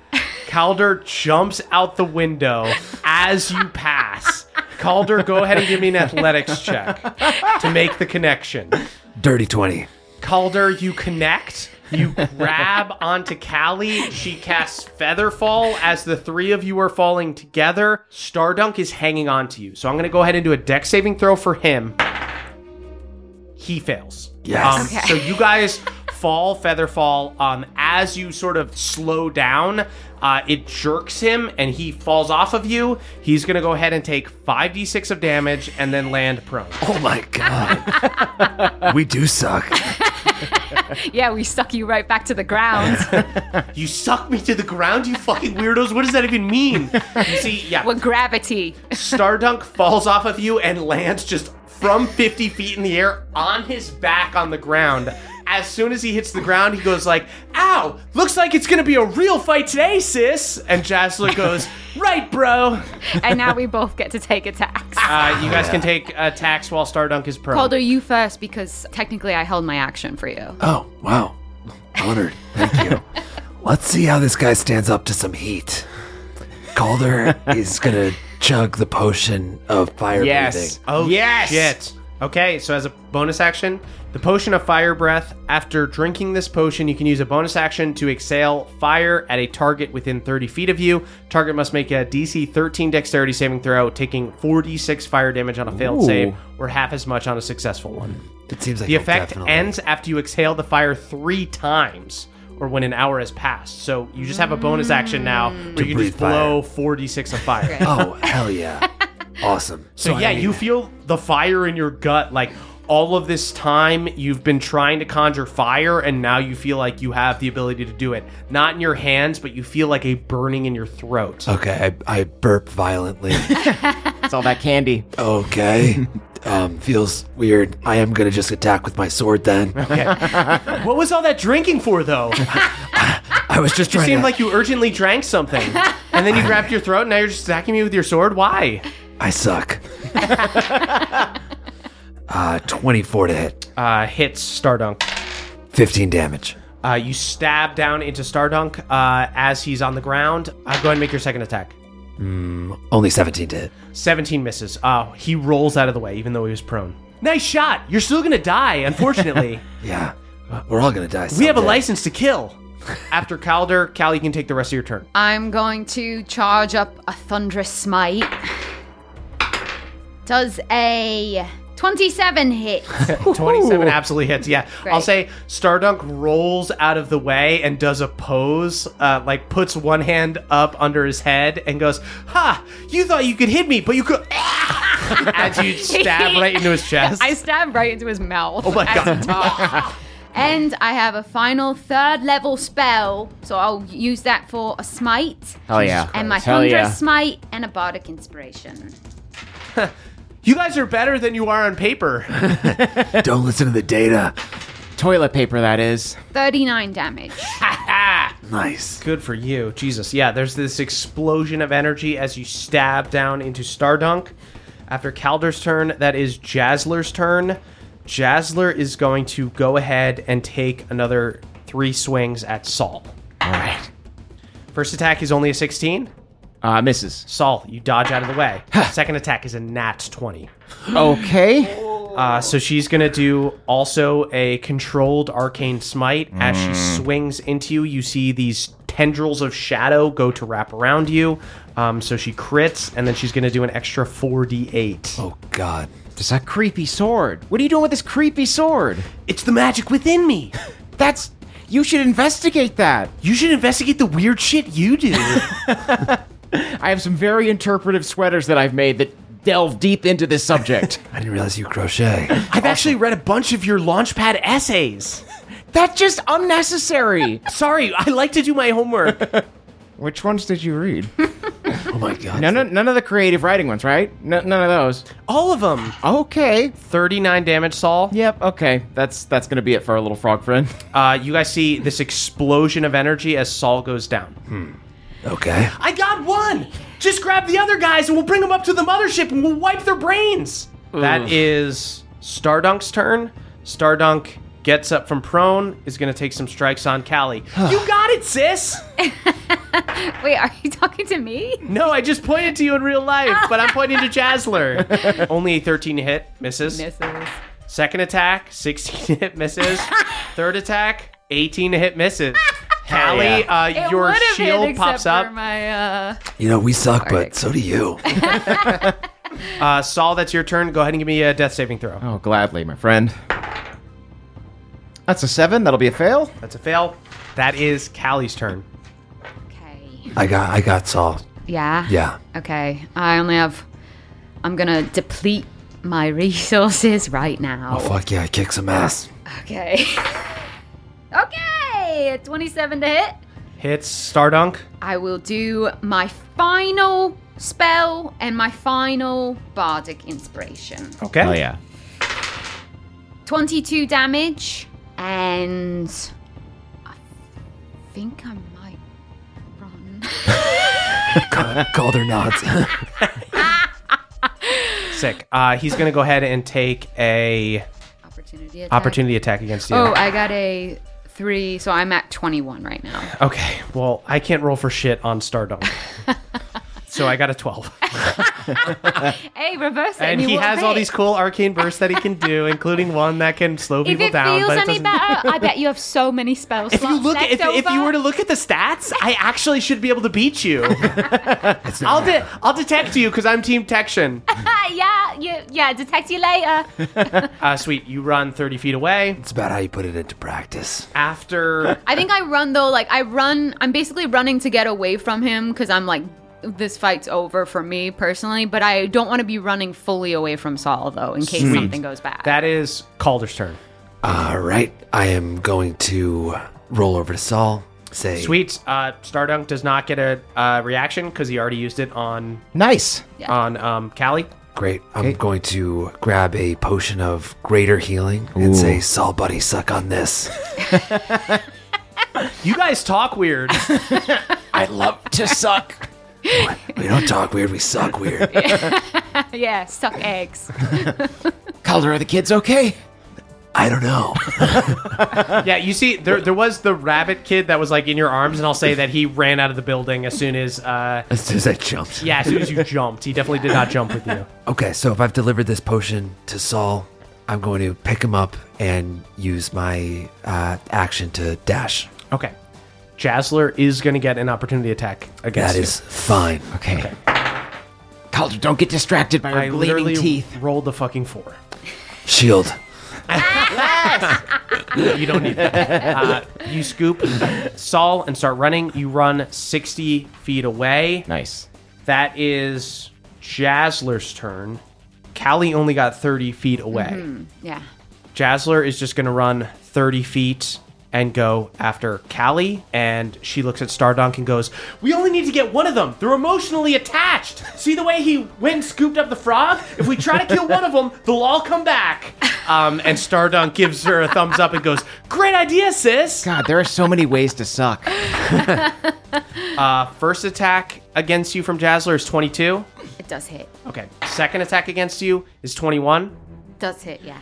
Speaker 4: Calder jumps out the window as you pass. Calder, go ahead and give me an athletics check to make the connection.
Speaker 5: Dirty 20.
Speaker 4: Calder, you connect. You grab onto Callie. She casts Featherfall as the three of you are falling together. Stardunk is hanging on to you. So I'm going to go ahead and do a deck saving throw for him. He fails. Um,
Speaker 5: Yes.
Speaker 8: Okay.
Speaker 4: So you guys fall, Featherfall. Um, as you sort of slow down, uh, it jerks him and he falls off of you. He's going to go ahead and take 5d6 of damage and then land prone.
Speaker 5: Oh my god. we do suck.
Speaker 8: Yeah, we suck you right back to the ground.
Speaker 4: You suck me to the ground, you fucking weirdos. What does that even mean? You see, yeah,
Speaker 8: With gravity.
Speaker 4: Stardunk falls off of you and lands just
Speaker 3: from 50 feet in the air on his back on the ground. As soon as he hits the ground, he goes like, "Ow! Looks like it's gonna be a real fight today, sis." And Jasla goes, "Right, bro."
Speaker 8: and now we both get to take attacks.
Speaker 4: Uh, you guys can take attacks while Stardunk is prone.
Speaker 8: Calder, you first because technically I held my action for you.
Speaker 5: Oh, wow. Honored. Thank you. Let's see how this guy stands up to some heat. Calder is going to chug the potion of fire
Speaker 4: yes.
Speaker 5: breathing.
Speaker 4: Oh shit. Okay, so as a bonus action, the potion of fire breath. After drinking this potion, you can use a bonus action to exhale fire at a target within 30 feet of you. Target must make a DC 13 dexterity saving throw, taking 46 fire damage on a failed
Speaker 5: Ooh.
Speaker 4: save, or half as much on a successful one.
Speaker 5: It seems like
Speaker 4: the
Speaker 5: he'll
Speaker 4: effect
Speaker 5: definitely-
Speaker 4: ends after you exhale the fire three times, or when an hour has passed. So you just have a bonus action now where you can just
Speaker 5: breathe fire.
Speaker 4: blow 46 of fire.
Speaker 5: Oh, hell yeah. Awesome.
Speaker 4: So, yeah,
Speaker 5: I need-
Speaker 4: you feel the fire in your gut. Like all of this time, you've been trying to conjure fire, and now you feel like you have the ability to do it. Not in your hands, but you feel like a burning in your throat.
Speaker 5: Okay, I, I burp violently.
Speaker 7: it's all that candy.
Speaker 5: Okay. Um, feels weird. I am going to just attack with my sword then.
Speaker 4: Okay. what was all that drinking for, though?
Speaker 5: I was just
Speaker 4: You
Speaker 5: trying
Speaker 4: seemed
Speaker 5: to.
Speaker 4: like you urgently drank something, and then you grabbed your throat, and now you're just attacking me with your sword. Why?
Speaker 5: I suck. uh, 24 to hit,
Speaker 4: Uh, hits Stardunk.
Speaker 5: 15 damage.
Speaker 4: Uh, you stab down into Stardunk uh, as he's on the ground. Uh, go ahead and make your second attack.
Speaker 5: Mm, only 17 to hit.
Speaker 4: 17 misses. Uh, he rolls out of the way, even though he was prone. Nice shot. You're still gonna die, unfortunately.
Speaker 5: Yeah. We're all going to die.
Speaker 4: we have a
Speaker 5: someday.
Speaker 4: license to kill. After Calder, Cal, you can take the rest of your turn.
Speaker 8: I'm going to charge up a thunderous smite. Does a 27 hit?
Speaker 4: 27 absolutely hits. Yeah, I'll
Speaker 8: Great.
Speaker 4: say Stardunk rolls out of the way and does a pose, uh, like puts one hand up under his head and goes, "Ha! You thought you could hit me, but you could." As you stab right into his chest.
Speaker 8: I stab right into his mouth.
Speaker 4: Oh my
Speaker 8: as he
Speaker 4: god!
Speaker 8: And I have a final third level spell, so I'll use that for a smite.
Speaker 7: Hell Jesus yeah.
Speaker 8: And my
Speaker 7: Christ. Hell
Speaker 8: thunderous
Speaker 7: yeah.
Speaker 8: smite and a bardic inspiration.
Speaker 4: you guys are better than you are on paper.
Speaker 5: Don't listen to the data.
Speaker 7: Toilet paper, that is.
Speaker 8: 39 damage.
Speaker 5: Nice.
Speaker 4: Good for you. Jesus. Yeah, there's this explosion of energy as you stab down into Stardunk. After Calder's turn, that is Jazzler's turn. Jazzler is going to go ahead and take another three swings at Saul. All right. First attack is only a 16.
Speaker 7: Uh, misses.
Speaker 4: Saul, you dodge out of the way. Second attack is a nat 20.
Speaker 7: Okay.
Speaker 4: Uh, so she's gonna do also a controlled arcane smite. As she
Speaker 7: Mm.
Speaker 4: swings into you, you see these tendrils of shadow go to wrap around you. Um, so she crits, and then she's gonna do an extra 4d8.
Speaker 5: Oh God!
Speaker 7: It's that creepy sword. What are you doing with this creepy sword?
Speaker 4: It's the magic within me.
Speaker 7: That's. You should investigate that.
Speaker 4: You should investigate the weird shit you do.
Speaker 7: I have some very interpretive sweaters that I've made that delve deep into this subject.
Speaker 5: I didn't realize you crochet.
Speaker 4: I've actually read a bunch of your Launchpad essays.
Speaker 7: That's just unnecessary.
Speaker 4: Sorry, I like to do my homework.
Speaker 7: Which ones did you read?
Speaker 5: oh my God!
Speaker 7: None of, none of the creative writing ones, right? N- none of those.
Speaker 4: All of them.
Speaker 7: Okay.
Speaker 4: 39 damage, Saul.
Speaker 7: Yep. Okay. That's that's gonna be it for our little frog friend.
Speaker 4: Uh, you guys see this explosion of energy as Saul goes down.
Speaker 5: Okay.
Speaker 4: I got one. Just grab the other guys and we'll bring them up to the mothership and we'll wipe their brains. That
Speaker 7: Ugh.
Speaker 4: is Stardunk's turn. Stardunk gets up from prone, is going to take some strikes on Callie. you got it, sis.
Speaker 8: Wait, are you talking to me?
Speaker 4: No, I just pointed to you in real life, but I'm pointing to Jasler. Only a 13 hit misses.
Speaker 8: Misses.
Speaker 4: Second attack, 16 hit misses. Third attack, 18 hit misses.
Speaker 7: Hell
Speaker 4: Callie,
Speaker 7: yeah.
Speaker 4: uh, your
Speaker 8: would've hit
Speaker 4: shield
Speaker 8: except
Speaker 4: pops
Speaker 8: for
Speaker 4: up.
Speaker 8: My, uh...
Speaker 5: You know we suck, but so do you.
Speaker 4: Uh, Saul, that's your turn. Go ahead and give me a death saving throw.
Speaker 7: Oh, gladly, my friend. That's a seven. That'll be a fail.
Speaker 4: That's a fail. That is Callie's turn.
Speaker 5: I got. I got Saul.
Speaker 8: Yeah.
Speaker 5: Yeah.
Speaker 8: Okay. I only have. I'm gonna deplete my resources right now.
Speaker 5: Oh fuck yeah! I kick some ass.
Speaker 8: Okay. okay. 27 to hit.
Speaker 4: Hits Stardunk.
Speaker 8: I will do my final spell and my final bardic inspiration.
Speaker 4: Okay.
Speaker 7: Hell Oh, yeah.
Speaker 8: 22 damage, and I think I might run.
Speaker 5: Calder nods.
Speaker 4: Sick. Uh, he's going to go ahead and take a
Speaker 8: Opportunity attack.
Speaker 4: opportunity attack against you.
Speaker 8: Oh, I got a three, so I'm at 21 right now.
Speaker 4: Okay. Well, I can't roll for shit on Stardom. so I got a 12.
Speaker 8: Hey, reverse it.
Speaker 4: and
Speaker 8: you
Speaker 4: he
Speaker 8: won't
Speaker 4: has all
Speaker 8: fit.
Speaker 4: these cool arcane bursts that he can do, including one that can slow
Speaker 8: If
Speaker 4: people
Speaker 8: it
Speaker 4: down.
Speaker 8: feels
Speaker 4: but it
Speaker 8: any
Speaker 4: doesn't-
Speaker 8: better, I bet you have so many spell
Speaker 4: If
Speaker 8: slots
Speaker 4: you look,
Speaker 8: left
Speaker 4: if, if you
Speaker 8: over.
Speaker 4: were to look at the stats, I actually should be able to beat you. I'll de- I'll detect you because I'm team detection.
Speaker 8: yeah, you, yeah, detect you later.
Speaker 4: Uh, sweet, you run 30 feet away.
Speaker 5: It's about how you put it into practice.
Speaker 4: After
Speaker 8: I think I run though, like I run. I'm basically running to get away from him because I'm like, this fight's over for me personally. But I don't want to be running fully away from Saul though, in case
Speaker 5: Sweet.
Speaker 8: something goes bad.
Speaker 4: that is Calder's turn.
Speaker 5: All right, I am going to roll over to Saul. Say,
Speaker 4: Sweet. Uh, Stardunk does not get a uh, reaction because he already used it on
Speaker 5: Nice.
Speaker 4: on um, Callie.
Speaker 5: Great. I'm going to grab a potion of greater healing and say,
Speaker 4: Ooh.
Speaker 5: Saul, buddy, suck on this.
Speaker 4: You guys talk weird.
Speaker 5: I love to suck. we don't talk weird, we suck weird.
Speaker 8: yeah, suck eggs.
Speaker 5: Calder, are the kids okay? I don't know.
Speaker 4: yeah, you see, there there was the rabbit kid that was like in your arms, and I'll say that he ran out of the building as soon as. Uh,
Speaker 5: As soon as I jumped.
Speaker 4: yeah, as soon as you jumped, he definitely did not jump with you.
Speaker 5: Okay, so if I've delivered this potion to Saul, I'm going to pick him up and use my uh, action to dash.
Speaker 4: Okay, Jasler is going to get an opportunity attack against
Speaker 5: That
Speaker 4: you.
Speaker 5: is fine.
Speaker 7: Okay. Calder, don't get distracted by her
Speaker 4: I
Speaker 7: bleeding
Speaker 4: literally
Speaker 7: teeth.
Speaker 4: rolled the fucking four.
Speaker 5: Shield.
Speaker 4: you don't need that. Uh, you scoop Saul and start running. You run 60 feet away.
Speaker 7: Nice.
Speaker 4: That is Jasler's turn. Callie only got 30 feet away.
Speaker 8: Mhm, Yeah.
Speaker 4: Jasler is just going to run 30 feet and go after Callie. And she looks at Stardunk and goes, We only need to get one of them. They're emotionally attached. See the way he went and scooped up the frog? If we try to kill one of them, they'll all come back. Um, and Stardunk gives her a thumbs up and goes, Great idea, sis.
Speaker 7: God, there are so many ways to suck.
Speaker 4: Uh, first attack against you from Jasler is 22.
Speaker 8: It does hit.
Speaker 4: Okay. Second attack against you is 21.
Speaker 8: Does hit. Yeah.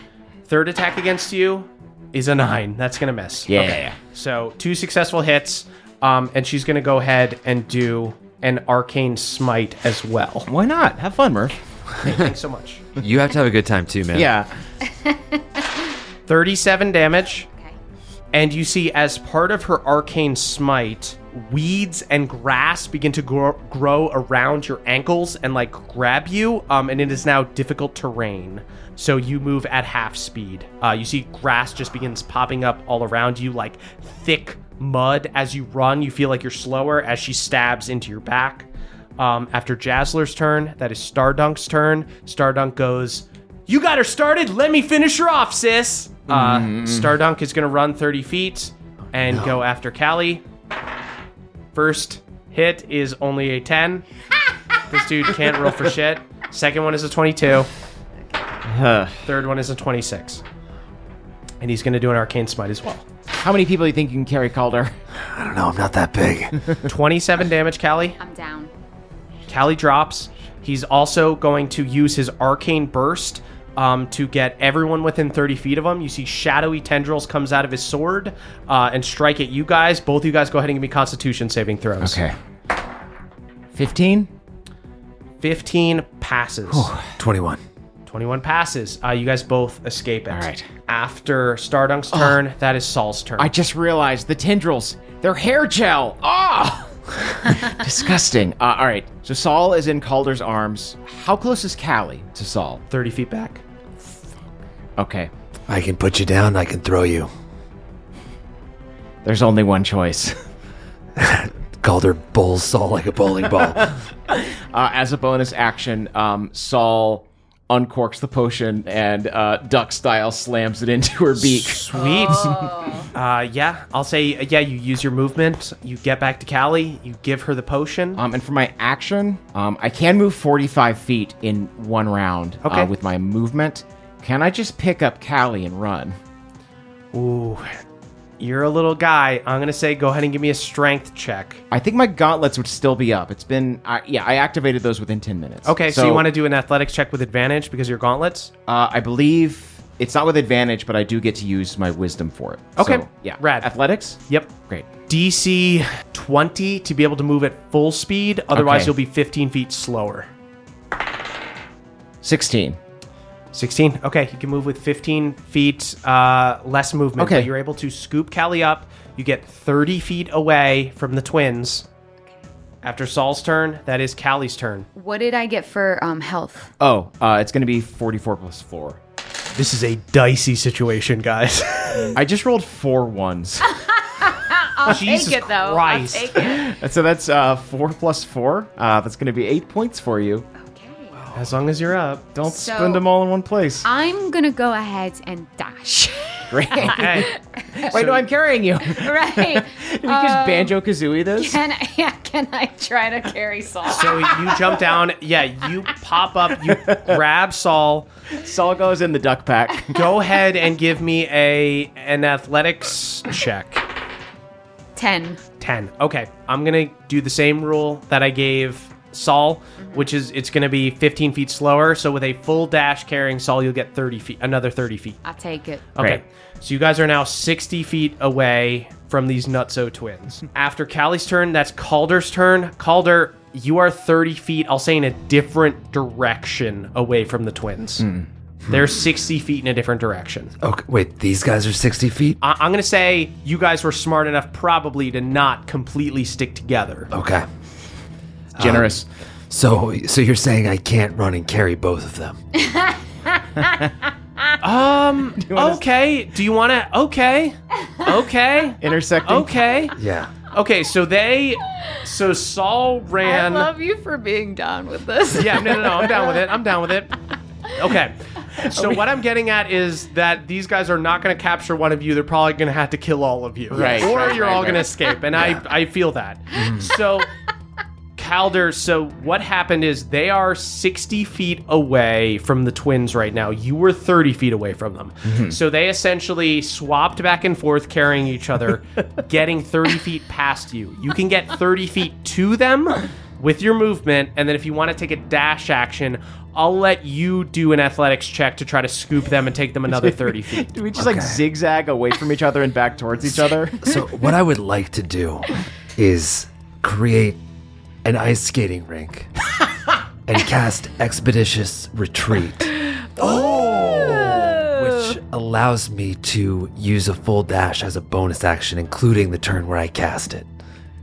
Speaker 4: Third attack against you is a nine. That's gonna miss.
Speaker 7: Yeah.
Speaker 4: So two successful hits, um, and she's gonna go ahead and do an arcane smite as well.
Speaker 7: Why not? Have fun, Murph.
Speaker 4: Thanks so much.
Speaker 9: You have to have a good time too, man.
Speaker 7: Yeah.
Speaker 4: Thirty-seven damage. And you see, as part of her arcane smite, weeds and grass begin to grow, grow around your ankles and like grab you. Um, and it is now difficult terrain. So you move at half speed. Uh, you see, grass just begins popping up all around you, like thick mud. As you run, you feel like you're slower as she stabs into your back. Um, after Jasler's turn, that is Stardunk's turn. Stardunk goes, You got her started. Let me finish her off, sis. Uh, Stardunk is going to run 30 feet and go after Callie. First hit is only a 10. this dude can't roll for shit. Second one is a 22. Third one is a 26. And he's going to do an arcane smite as well.
Speaker 7: How many people do you think you can carry, Calder?
Speaker 5: I don't know, I'm not that big.
Speaker 4: 27 damage, Callie.
Speaker 8: I'm down.
Speaker 4: Callie drops. He's also going to use his arcane burst um, to get everyone within 30 feet of him. You see shadowy tendrils comes out of his sword uh, and strike at you guys. Both of you guys go ahead and give me Constitution saving throws.
Speaker 7: 15?
Speaker 4: 15 passes.
Speaker 5: 21.
Speaker 4: 21 passes. Uh, you guys both escape it. All
Speaker 7: right.
Speaker 4: After Stardunk's turn, that is Saul's turn.
Speaker 7: I just realized the tendrils, they're hair gel. Ah! Disgusting. Uh, all right. So Saul is in Calder's arms. How close is Callie to Saul?
Speaker 4: 30 feet back.
Speaker 7: Okay.
Speaker 5: I can put you down, I can throw you.
Speaker 7: There's only one choice.
Speaker 5: Calder bowls Saul like a bowling ball.
Speaker 7: Uh, as a bonus action, um, Saul uncorks the potion and uh, duck style slams it into her beak.
Speaker 4: Sweet. Uh, yeah, I'll say, uh, yeah, you use your movement. You get back to Callie. You give her the potion.
Speaker 7: Um, and for my action, um, I can move 45 feet in one round uh,
Speaker 4: Okay.
Speaker 7: with my movement. Can I just pick up Callie and run?
Speaker 3: Ooh, you're a little guy. I'm gonna say go ahead and give me a strength check.
Speaker 7: I think my gauntlets would still be up. It's been, I yeah, I activated those within 10 minutes.
Speaker 3: Okay, so, you want to do an athletics check with advantage because your gauntlets?
Speaker 7: Uh, I believe it's not with advantage, but I do get to use my wisdom for it.
Speaker 3: Okay,
Speaker 7: So, yeah.
Speaker 3: Rad.
Speaker 7: Athletics?
Speaker 3: Yep.
Speaker 7: Great.
Speaker 3: DC 20 to be able to move at full speed. Otherwise,
Speaker 7: Okay.
Speaker 3: you'll be 15 feet slower.
Speaker 7: 16.
Speaker 3: 16. Okay, you can move with 15 feet uh, less movement.
Speaker 7: Okay.
Speaker 3: but you're able to scoop Callie up. You get 30 feet away from the twins. After Saul's turn, that is Callie's turn.
Speaker 8: What did I get for um, health?
Speaker 7: Oh, uh, it's going to be 44 plus 4.
Speaker 3: This is a dicey situation, guys.
Speaker 7: I just rolled four ones.
Speaker 8: I'll
Speaker 3: Jesus
Speaker 8: take it though.
Speaker 3: Christ.
Speaker 8: I'll take it.
Speaker 7: so that's uh, 4 plus 4. Uh, that's going to be 8 points for you.
Speaker 3: As long as you're up.
Speaker 7: Don't
Speaker 8: So-
Speaker 7: spend them all in one place.
Speaker 8: I'm gonna go ahead and dash.
Speaker 7: Great.
Speaker 8: Okay.
Speaker 7: Wait, no, I'm carrying you.
Speaker 8: right. Uh,
Speaker 7: Did we just banjo kazooie this?
Speaker 8: Can I, Um, yeah, can I try to carry Saul?
Speaker 3: So you jump down. Yeah, you pop up. You grab Saul.
Speaker 7: Saul goes in the duck pack.
Speaker 3: Go ahead and give me a an athletics check.
Speaker 8: Ten.
Speaker 3: 10. Okay. I'm going to do the same rule that I gave Saul, which is it's going to be 15 feet slower. So with a full dash carrying Saul, you'll get 30 feet, another 30 feet.
Speaker 8: I'll take it.
Speaker 3: Okay.
Speaker 7: Great.
Speaker 3: So you guys are now 60 feet away from these Nutso twins. After Callie's turn, that's Calder's turn. Calder, you are 30 feet, I'll say in a different direction away from the twins. They're 60 feet in a different direction.
Speaker 5: Okay, wait, these guys are 60 feet?
Speaker 3: I- I'm going to say you guys were smart enough probably to not completely stick together.
Speaker 5: Okay. Uh,
Speaker 7: Generous.
Speaker 5: So, so you're saying I can't run and carry both of them?
Speaker 3: Um. okay. Do you want to? Okay. Okay.
Speaker 7: Intersecting.
Speaker 3: Okay.
Speaker 5: Yeah.
Speaker 3: Okay. So they. So Saul ran.
Speaker 8: I love you for being down with this.
Speaker 3: yeah. No. No. No. I'm down with it. I'm down with it. Okay. So what I'm getting at is that these guys are not going to capture one of you. They're probably going to have to kill all of you,
Speaker 7: Right,
Speaker 3: Or
Speaker 7: right,
Speaker 3: you're
Speaker 7: right,
Speaker 3: all going
Speaker 7: right. Mm-hmm.
Speaker 3: to escape. And I I feel that. So. Calder, so what happened is they are 60 feet away from the twins right now. You were 30 feet away from them. So they essentially swapped back and forth, carrying each other, getting 30 feet past you. You can get 30 feet to them with your movement. And then if you want to take a dash action, I'll let you do an athletics check to try to scoop them and take them another 30 feet.
Speaker 7: Do we just like
Speaker 5: Okay.
Speaker 7: zigzag away from each other and back towards each other?
Speaker 5: So, what I would like to do is create an ice skating rink and cast Expeditious Retreat. Oh! Which allows me to use a full dash as a bonus action, including the turn where I cast it.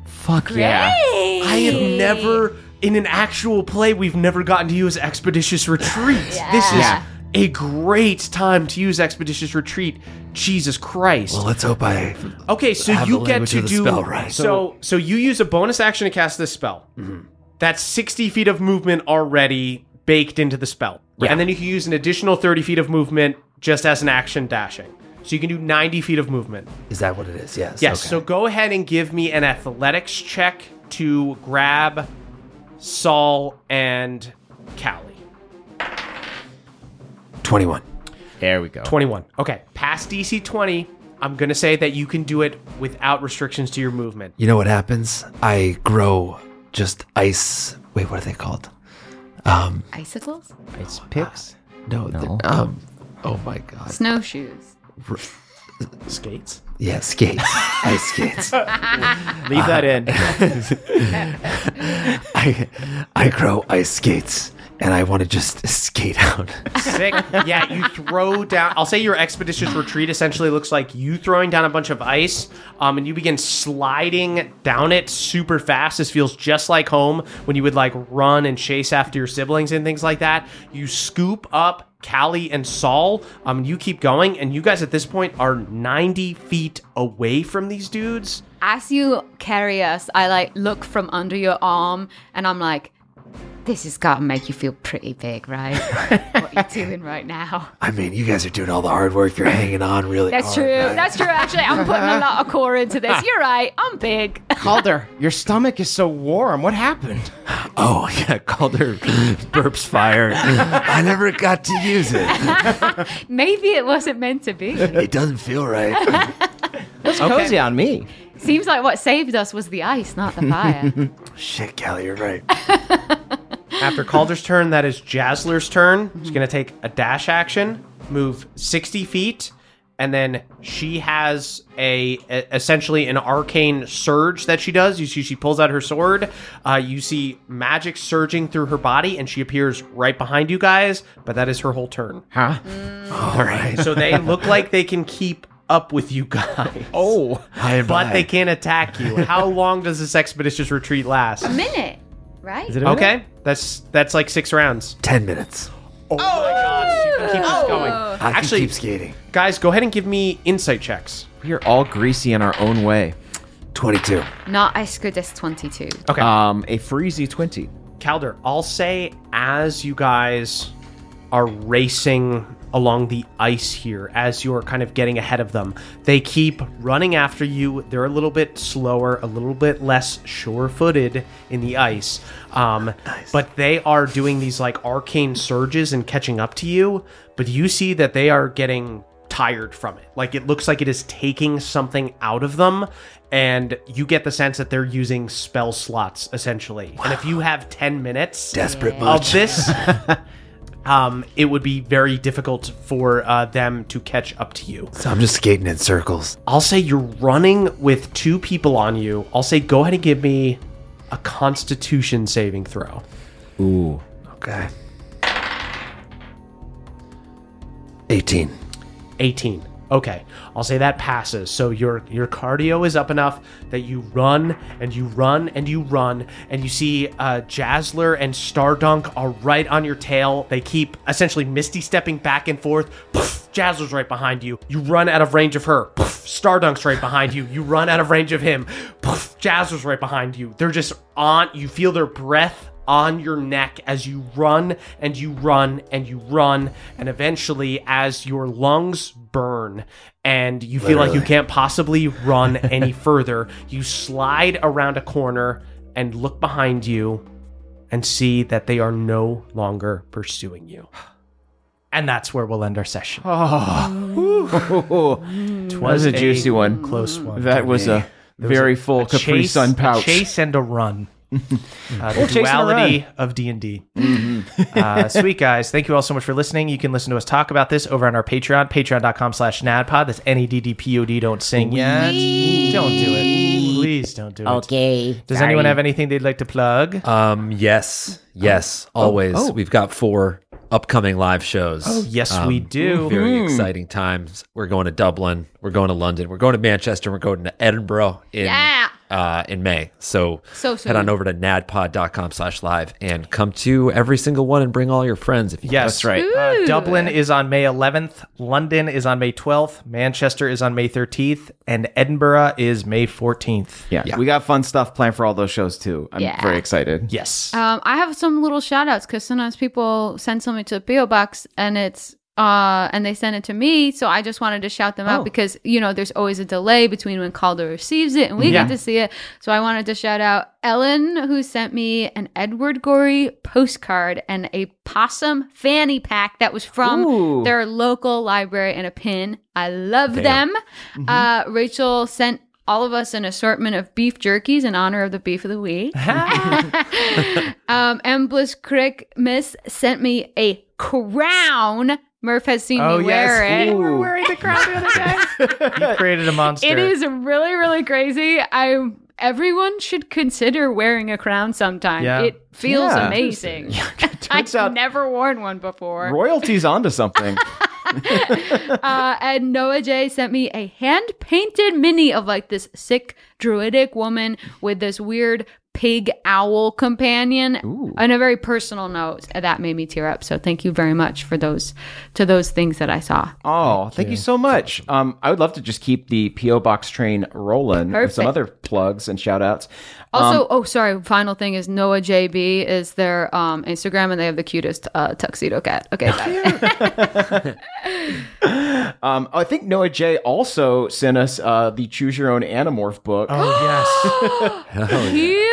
Speaker 7: Fuck yeah.
Speaker 3: I have never, in an actual play, we've never gotten to use Expeditious Retreat. This is
Speaker 7: Yeah.
Speaker 3: a great time to use Expeditious Retreat. Jesus Christ.
Speaker 5: Well, let's hope I.
Speaker 3: okay, so
Speaker 5: have
Speaker 3: you
Speaker 5: the
Speaker 3: get
Speaker 5: language
Speaker 3: to
Speaker 5: of the
Speaker 3: do.
Speaker 5: spell right. Mm-hmm.
Speaker 3: So, so you use a bonus action to cast this spell. That's 60 feet of movement already baked into the spell. And then you can use an additional 30 feet of movement just as an action dashing. So you can do 90 feet of movement.
Speaker 5: Is that what it is? Yes.
Speaker 3: Yes.
Speaker 5: okay.
Speaker 3: So go ahead and give me an athletics check to grab Saul and Callie.
Speaker 5: 21.
Speaker 7: There we go.
Speaker 3: 21. Okay. Past DC 20. I'm going to say that you can do it without restrictions to your movement.
Speaker 5: You know what happens? I grow just ice. Wait, what are they called? Um,
Speaker 8: Icicles?
Speaker 7: Ice picks?
Speaker 5: no,
Speaker 7: No.
Speaker 5: they're- um, oh my god.
Speaker 8: Snowshoes.
Speaker 3: Skates.
Speaker 5: Yeah, skates. ice skates.
Speaker 7: Leave that in.
Speaker 5: I, I grow ice skates, and I want to just skate out.
Speaker 3: Sick. yeah. You throw down. I'll say your expeditious retreat essentially looks like you throwing down a bunch of ice um, and you begin sliding down it super fast. This feels just like home when you would like run and chase after your siblings and things like that. You scoop up Callie and Saul. Um, you keep going, and you guys at this point are 90 feet away from these dudes.
Speaker 8: As you carry us, I like look from under your arm and I'm like, this has got to make you feel pretty big, right? what you're doing right now.
Speaker 5: I mean, you guys are doing all the hard work. You're hanging on really
Speaker 8: That's
Speaker 5: hard.
Speaker 8: true. That's true. Actually, I'm putting a lot of core into this. You're right. I'm big.
Speaker 7: Calder, your stomach is so warm. What happened?
Speaker 5: Oh yeah, Calder burps fire. I never got to use it.
Speaker 8: Maybe it wasn't meant to be.
Speaker 5: It doesn't feel right.
Speaker 7: That's cozy on me.
Speaker 8: Seems like what saved us was the ice, not the fire.
Speaker 5: Shit, Callie, you're right.
Speaker 4: After Calder's turn, that is Jazzler's turn. She's going to take a dash action, move 60 feet, and then she has a, a- essentially an arcane surge that she does. You see, she pulls out her sword. Uh, you see magic surging through her body, and she appears right behind you guys. But that is her whole turn.
Speaker 7: Huh?
Speaker 5: All right.
Speaker 4: So they look like they can keep up with you guys.
Speaker 7: Oh,
Speaker 5: High
Speaker 4: but
Speaker 5: vibe.
Speaker 4: they can't attack you. How long does this expeditious retreat last?
Speaker 8: a minute, right?
Speaker 4: Okay, that's that's like six rounds.
Speaker 5: Ten minutes.
Speaker 4: Keep us going.
Speaker 5: I can
Speaker 4: Actually-
Speaker 5: keep skating.
Speaker 4: Guys, go ahead and give me insight checks.
Speaker 7: We are all greasy in our own way.
Speaker 5: Twenty-two.
Speaker 8: Not as good as 22.
Speaker 4: Okay.
Speaker 7: Um, a freezy twenty.
Speaker 4: Calder, I'll say as you guys are racing along the ice here, as you're kind of getting ahead of them, they keep running after you. They're a little bit slower, a little bit less sure footed in the ice. Um, But they are doing these like arcane surges and catching up to you. But you see that they are getting tired from it. Like it looks like it is taking something out of them, and you get the sense that they're using spell slots essentially. And if you have ten minutes
Speaker 5: Desperate
Speaker 4: of
Speaker 5: much.
Speaker 4: this, um, it would be very difficult for uh, them to catch up to you.
Speaker 5: So I'm just skating in circles.
Speaker 4: I'll say you're running with two people on you. I'll say go ahead and give me a Constitution saving throw.
Speaker 7: Ooh.
Speaker 5: Okay. Eighteen.
Speaker 4: 18. Okay. I'll say that passes. So your your cardio is up enough that you run and you run and you run and you see uh Jazzler and Stardunk are right on your tail. They keep essentially misty stepping back and forth. Poof, Jazzler's right behind you. You run out of range of her. Poof, Stardunk's right behind you. You run out of range of him. Poof, Jazzler's right behind you. They're just on you feel their breath on your neck as you run and you run and you run and eventually as your lungs burn and you feel like you can't possibly run any further you slide around a corner and look behind you and see that they are no longer pursuing you and that's where we'll end our session
Speaker 7: Oh, that was a juicy one.
Speaker 4: close one
Speaker 7: That was a very full
Speaker 4: a
Speaker 7: Capri
Speaker 4: chase,
Speaker 7: Sun
Speaker 4: a
Speaker 7: pouch.
Speaker 4: chase and a run uh,
Speaker 7: Or
Speaker 4: the
Speaker 7: chase and a
Speaker 4: duality of d&d
Speaker 7: Mm-hmm.
Speaker 4: uh, sweet guys thank you all so much for listening you can listen to us talk about this over on our patreon patreon.com slash nadpod that's E n-e-d-d-p-o-d don't sing yet don't do it please don't do it
Speaker 17: Okay.
Speaker 4: does anyone have anything they'd like to plug
Speaker 7: Uh,
Speaker 9: Um, yes, yes,
Speaker 18: Oh,
Speaker 9: always. We've got four upcoming live shows.
Speaker 4: Oh, yes,
Speaker 7: um,
Speaker 4: we do.
Speaker 9: Very
Speaker 4: Mm.
Speaker 8: Hmm.
Speaker 9: exciting times. We're going to Dublin. We're going to London. We're going to Manchester. We're going to Edinburgh in
Speaker 8: Yeah.
Speaker 9: uh, in May. So,
Speaker 8: So
Speaker 9: head on
Speaker 8: soon.
Speaker 9: over to nadpod.com slash live and come to every single one and bring all your friends. If you
Speaker 4: Yes, Uh, Dublin is on May 11th. London is on May 12th. Manchester is on May 13th, and Edinburgh is May 14th.
Speaker 7: Yeah, we got fun stuff planned for all those shows too. I'm
Speaker 8: Yeah.
Speaker 7: very excited.
Speaker 4: Yes.
Speaker 8: Um, I have some little shout outs because sometimes people send something to a PO box and it's uh and they send it to me, so I just wanted to shout them
Speaker 6: Oh.
Speaker 8: out because you know there's always a delay between when Calder receives it and we
Speaker 6: Yeah.
Speaker 8: get to see it. So I wanted to shout out Ellen who sent me an Edward Gorey postcard and a possum fanny pack that was from
Speaker 6: Ooh.
Speaker 8: their local library and a pin. I love
Speaker 6: Damn. Mm-hmm.
Speaker 8: them. Uh, Rachel sent all of us an assortment of beef jerkies in honor of the beef of the week. Um, and Bliss Crick Miss sent me a crown. Murph has seen
Speaker 7: Oh,
Speaker 8: me wear it.
Speaker 12: Ooh.
Speaker 4: You created a monster.
Speaker 8: It is really, really crazy. I everyone should consider wearing a crown sometime.
Speaker 7: Yeah.
Speaker 8: It feels
Speaker 7: Yeah.
Speaker 8: amazing. I've never worn one before.
Speaker 7: Royalty's onto something.
Speaker 8: uh, and Noah J sent me a hand painted mini of like this sick druidic woman with this weird pig owl companion on a very personal note that made me tear up so thank you very much for those to those things that i saw
Speaker 7: Oh, thank, you. so much. Um, I would love to just keep the PO box train rolling with some
Speaker 8: Perfect.
Speaker 7: other plugs and shout outs.
Speaker 8: also oh sorry final thing is noah jb is their um, instagram and they have the cutest uh, tuxedo cat okay bye.
Speaker 7: Um, I think Noah J also sent us uh, the Choose Your Own Animorph book. Oh
Speaker 4: yes.
Speaker 8: Cute.
Speaker 6: huge.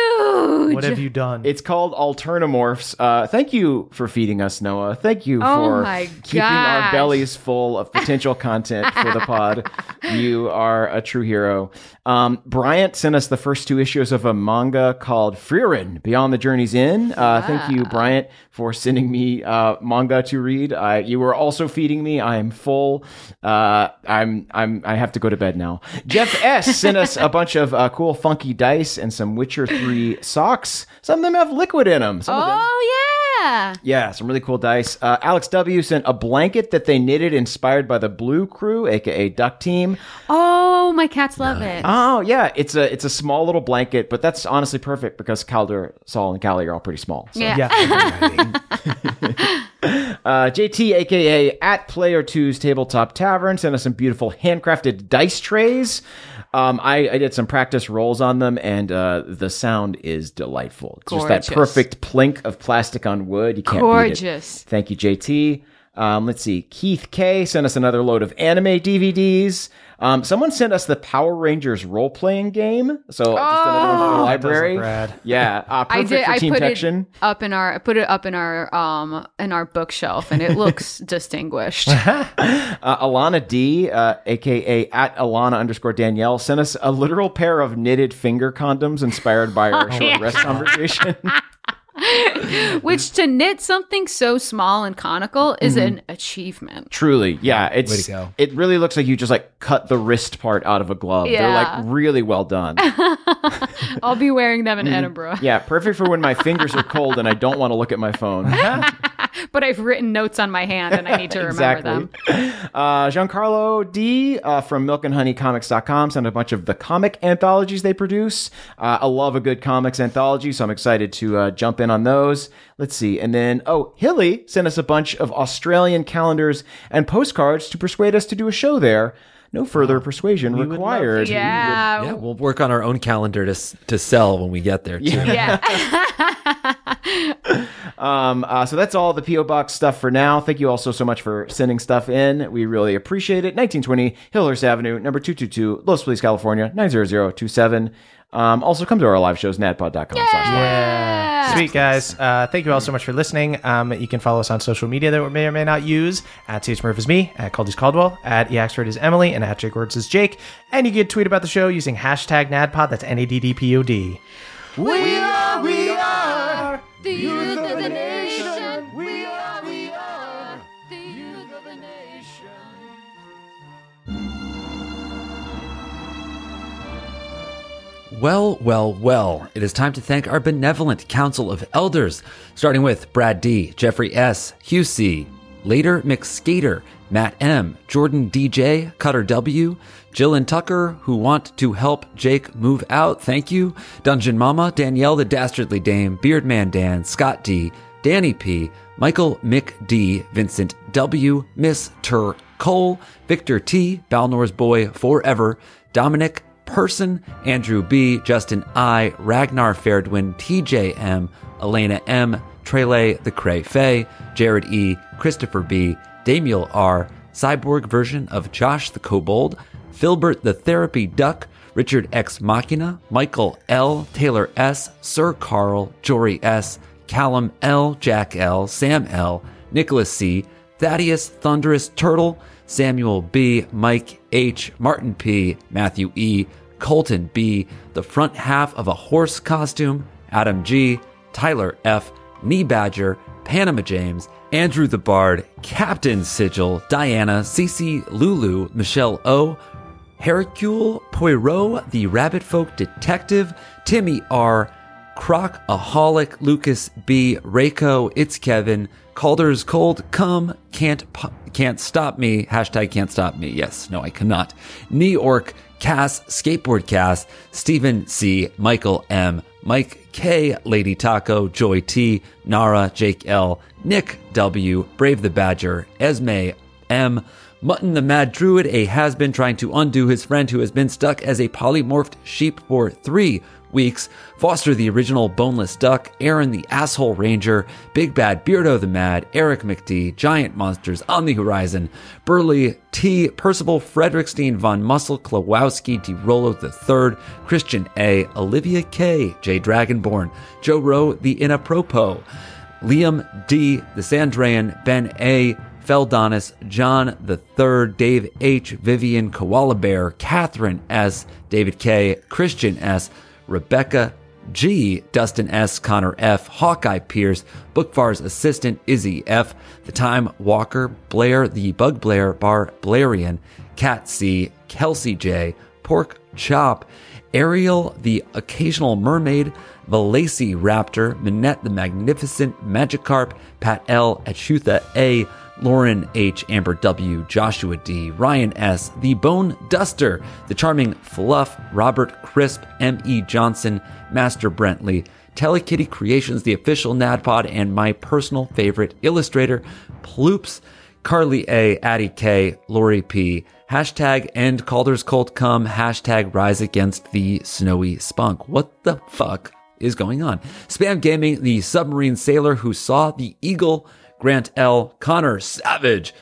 Speaker 3: What have you done?
Speaker 7: It's called Alternamorphs. Uh, thank you for feeding us, Noah. Thank you
Speaker 6: Oh
Speaker 7: for
Speaker 6: my
Speaker 7: keeping our
Speaker 6: gosh.
Speaker 7: bellies full of potential content for the pod. You are a true hero. Um, Bryant sent us the first two issues of a manga called Frieren Beyond the Journey's End. Uh, Thank you, Bryant, for sending me uh, manga to read. Uh, you were also feeding me. I am full. Uh, I'm I'm I have to go to bed now. Jeff S sent us a bunch of uh, cool funky dice and some Witcher Three socks. Some of them have liquid in them. Some of them
Speaker 6: Oh yeah.
Speaker 7: yeah, some really cool dice. Uh, Alex W sent a blanket that they knitted inspired by the Blue Crew, aka Duck Team.
Speaker 6: Oh, my cats love it.
Speaker 7: Oh yeah, it's a it's a small little blanket, but that's honestly perfect because Calder, Saul, and Callie are all pretty small. So.
Speaker 6: Yeah.
Speaker 7: Uh, JT, aka at Player Two's Tabletop Tavern, sent us some beautiful handcrafted dice trays. Um, I, I did some practice rolls on them, and uh, the sound is delightful. It's just
Speaker 6: Gorgeous.
Speaker 7: that perfect plink of plastic on wood. You can't beat it.
Speaker 6: Gorgeous.
Speaker 7: Thank you, JT. Um, let's see. Keith K sent us another load of anime DVDs. Um, someone sent us the Power Rangers role playing game. So just another one from the
Speaker 6: Oh.
Speaker 7: library. Yeah, uh,
Speaker 6: I
Speaker 7: perfect
Speaker 6: did.
Speaker 7: for
Speaker 6: I
Speaker 7: team
Speaker 6: put
Speaker 7: Tekken.
Speaker 6: it up in our. I put it up in our um in our bookshelf, and it looks distinguished.
Speaker 7: Uh, Alana D, uh, aka at Alana underscore Danielle, sent us a literal pair of knitted finger condoms inspired by our
Speaker 6: Oh,
Speaker 7: short
Speaker 6: yeah.
Speaker 7: rest conversation.
Speaker 6: Which to knit something so small and conical is
Speaker 7: Mhm.
Speaker 6: an achievement.
Speaker 7: Truly, yeah, it's
Speaker 6: Way to go.
Speaker 7: it really looks like you just like cut the wrist part out of a glove. They're
Speaker 6: Yeah.
Speaker 7: like really well done.
Speaker 6: I'll be wearing them in
Speaker 7: Mhm.
Speaker 6: Edinburgh,
Speaker 7: Yeah, perfect for when my fingers are cold and I don't want to look at my phone.
Speaker 6: but I've written notes on my hand, and I need to remember them.
Speaker 7: Uh, Giancarlo D uh, from milkandhoneycomics.com sent a bunch of the comic anthologies they produce. Uh, I love a good comics anthology, so I'm excited to uh, jump in on those. Let's see. And then, oh, Hilly sent us a bunch of Australian calendars and postcards to persuade us to do a show there. No further persuasion required.
Speaker 6: Yeah.
Speaker 9: Yeah, we'll work on our own calendar to s- to sell when we get there. Too.
Speaker 7: Um, uh, so that's all the P.O. Box stuff for now. Thank you also so much for sending stuff in. We really appreciate it. 1920 Hillhurst Avenue, number 222, Los Feliz, California, 90027. Um, also, come to our live shows, nadpod.com.
Speaker 12: Yeah. Sweet, guys. Uh, thank you all so much for listening. Um, you can follow us on social media that we may or may not use. At CH Murph is me, at Caldy's Caldwell, at EXford is Emily, and at Jake Words is Jake. And you can tweet about the show using hashtag NADPOD. That's N A D D P O D.
Speaker 3: We are, we
Speaker 7: are
Speaker 6: the youth
Speaker 3: of the
Speaker 6: nation.
Speaker 3: We are, we
Speaker 6: are
Speaker 3: the youth
Speaker 6: of the nation.
Speaker 9: Well, well, well, it is time to thank our benevolent Council of Elders, starting with Brad D, Jeffrey S, Hugh C, later McSkater, Matt M, Jordan DJ, Cutter W, Jill and Tucker, who want to help Jake move out, thank you, Dungeon Mama, Danielle the Dastardly Dame, Beardman Dan, Scott D, Danny P, Michael Mick D, Vincent W, Miss Tur Cole, Victor T, Balnor's Boy Forever, Dominic Person, Andrew B, Justin I, Ragnar Fairdwin, TJM, Elena M, Trele the Cray Fay, Jared E, Christopher B, Damiel R, Cyborg version of Josh the Kobold, Filbert the Therapy Duck, Richard X Machina, Michael L, Taylor S, Sir Carl, Jory S, Callum L, Jack L, Sam L, Nicholas C, Thaddeus Thunderous Turtle, Samuel B, Mike H, Martin P, Matthew E, Colton B, the front half of a horse costume, Adam G, Tyler F, Knee Badger, Panama James, Andrew the Bard, Captain Sigil, Diana, CC Lulu, Michelle O, Hercule Poirot, the Rabbit Folk Detective, Timmy R, Crocaholic, Lucas B, Rayco, It's Kevin, Calder's Cold, Come, Can't po- Can't Stop Me, hashtag Can't Stop Me, yes, no I cannot, New York, Cass, Skateboard Cass, Stephen C, Michael M, Mike K, Lady Taco, Joy T, Nara, Jake L, Nick W, Brave the Badger, Esme M, Mutton the Mad Druid, a has been trying to undo his friend who has been stuck as a polymorphed sheep for three weeks, Foster the original boneless duck, Aaron the asshole ranger, Big Bad Beardo the Mad, Eric McD, Giant Monsters on the Horizon, Burley T, Percival Frederickstein von Muscle, Klawowski D. Rollo III, Christian A, Olivia K, J Dragonborn, Joe Rowe the Inapropo, Liam D, the Sandrayan, Ben A, Feldonis, John the Third, Dave H, Vivian Koala Bear, Catherine S, David K, Christian S, Rebecca G, Dustin S, Connor F, Hawkeye Pierce, Bookvar's assistant Izzy F, The Time Walker, Blair the Bug Blair, Bar Blarian, Cat C, Kelsey J, Pork Chop, Ariel the Occasional Mermaid, Valacy Raptor, Minette the Magnificent, Magikarp, Pat L, Achutha A, Lauren H, Amber W, Joshua D, Ryan S, The Bone Duster, The Charming Fluff, Robert Crisp, M. E. Johnson, Master Brentley, Telekitty Creations, the official NADPOD, and my personal favorite illustrator, Ploops, Carly A, Addie K, Lori P, hashtag End Calder's Cult Come, hashtag Rise Against the Snowy Spunk. What the fuck is going on? Spam Gaming, the submarine sailor who saw the eagle Grant L., Connor Savage,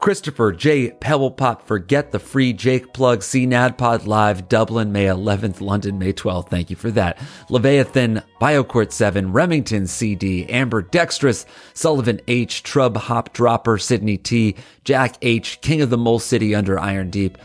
Speaker 9: Christopher J. Pebblepop, Forget the Free Jake Plug, C. Nadpod Live, Dublin, May 11th, London, May 12th. Thank you for that. Leviathan, Biocourt 7, Remington CD, Amber Dextrous, Sullivan H., Trub Hop Dropper, Sydney T., Jack H., King of the Mole City under Iron Deep,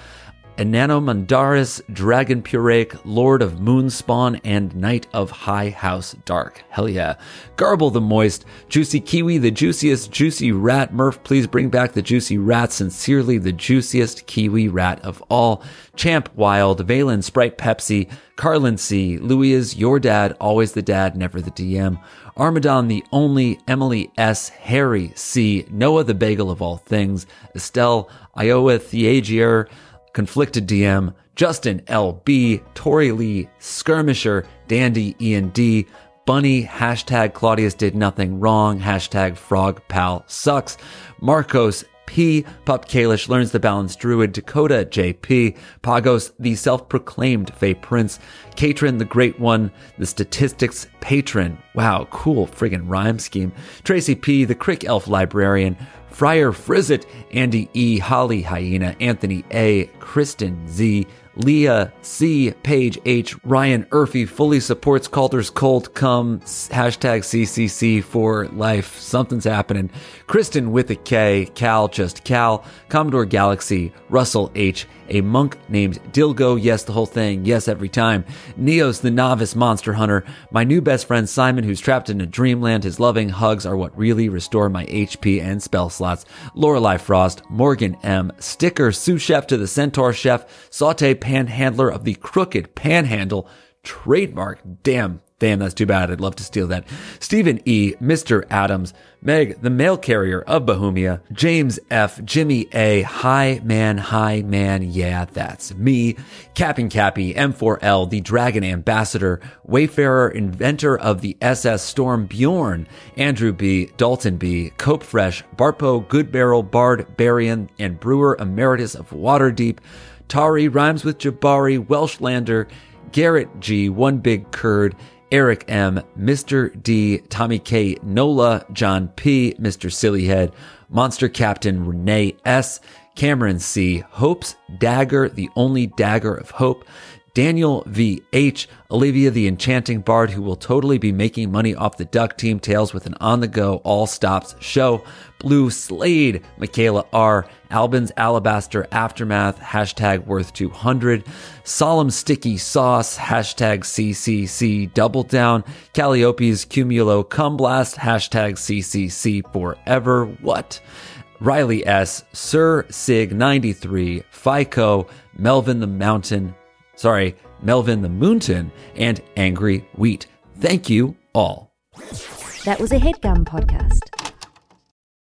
Speaker 9: Enano Mandaris, Dragon Puraic, Lord of Moonspawn, and Knight of High House Dark. Hell yeah. Garble the Moist, Juicy Kiwi, the juiciest juicy rat. Murph, please bring back the juicy rat. Sincerely, the juiciest kiwi rat of all. Champ Wild, Valen Sprite Pepsi, Carlin C, Louis is your dad, always the dad, never the DM. Armadon the only, Emily S, Harry C, Noah the bagel of all things, Estelle, Iowa Theagier, Conflicted DM, Justin LB, Tori Lee, Skirmisher, Dandy Ian D, Bunny, hashtag Claudius did nothing wrong, hashtag Frog Pal sucks, Marcos P, Pup Kalish learns the balanced druid, Dakota JP, Pagos, the self-proclaimed Fey Prince, Catron the Great One, the statistics patron. Wow, cool friggin' rhyme scheme. Tracy P, the Crick Elf Librarian, Friar Frizzet, Andy E, Holly Hyena, Anthony A, Kristen Z, Leah C, Paige H, Ryan Urfey fully supports Calder's Cold Come hashtag CCC for life. Something's happening. Kristen with a K, Cal just Cal, Commodore Galaxy, Russell H, a monk named Dilgo. Yes, the whole thing. Yes, every time. Neos, the novice monster hunter. My new best friend Simon, who's trapped in a dreamland. His loving hugs are what really restore my HP and spell slots. Lorelei Frost, Morgan M, Sticker, sous chef to the centaur chef, saute panhandler of the crooked panhandle, trademark. Damn. Damn, that's too bad. I'd love to steal that. Stephen E., Mr. Adams, Meg, the mail carrier of Bohemia, James F., Jimmy A., Hi Man, Hi Man, yeah, that's me, Captain Cappy, M4L, the Dragon Ambassador, Wayfarer, inventor of the SS Storm Bjorn, Andrew B., Dalton B., Cope Fresh, Barpo, Good Barrel, Bard, Barian, and Brewer Emeritus of Waterdeep, Tari rhymes with Jabari, Welshlander, Garrett G, One Big Curd, Eric M, Mr. D, Tommy K, Nola, John P, Mr. Sillyhead, Monster Captain Renee S, Cameron C, Hope's Dagger, the only dagger of hope, Daniel VH, Olivia the enchanting bard who will totally be making money off the Duck Team Tales with an on the go, all stops show, Blue Slade, Michaela R, Albin's Alabaster Aftermath, hashtag worth 200, Solemn Sticky Sauce, hashtag CCC Double Down, Calliope's Cumulo Cumblast, hashtag CCC Forever, what? Riley S, Sir Sig 93, FICO, Melvin the Mountain, sorry, Melvin the Moonton, and Angry Wheat. Thank you all.
Speaker 1: That was a headgum podcast.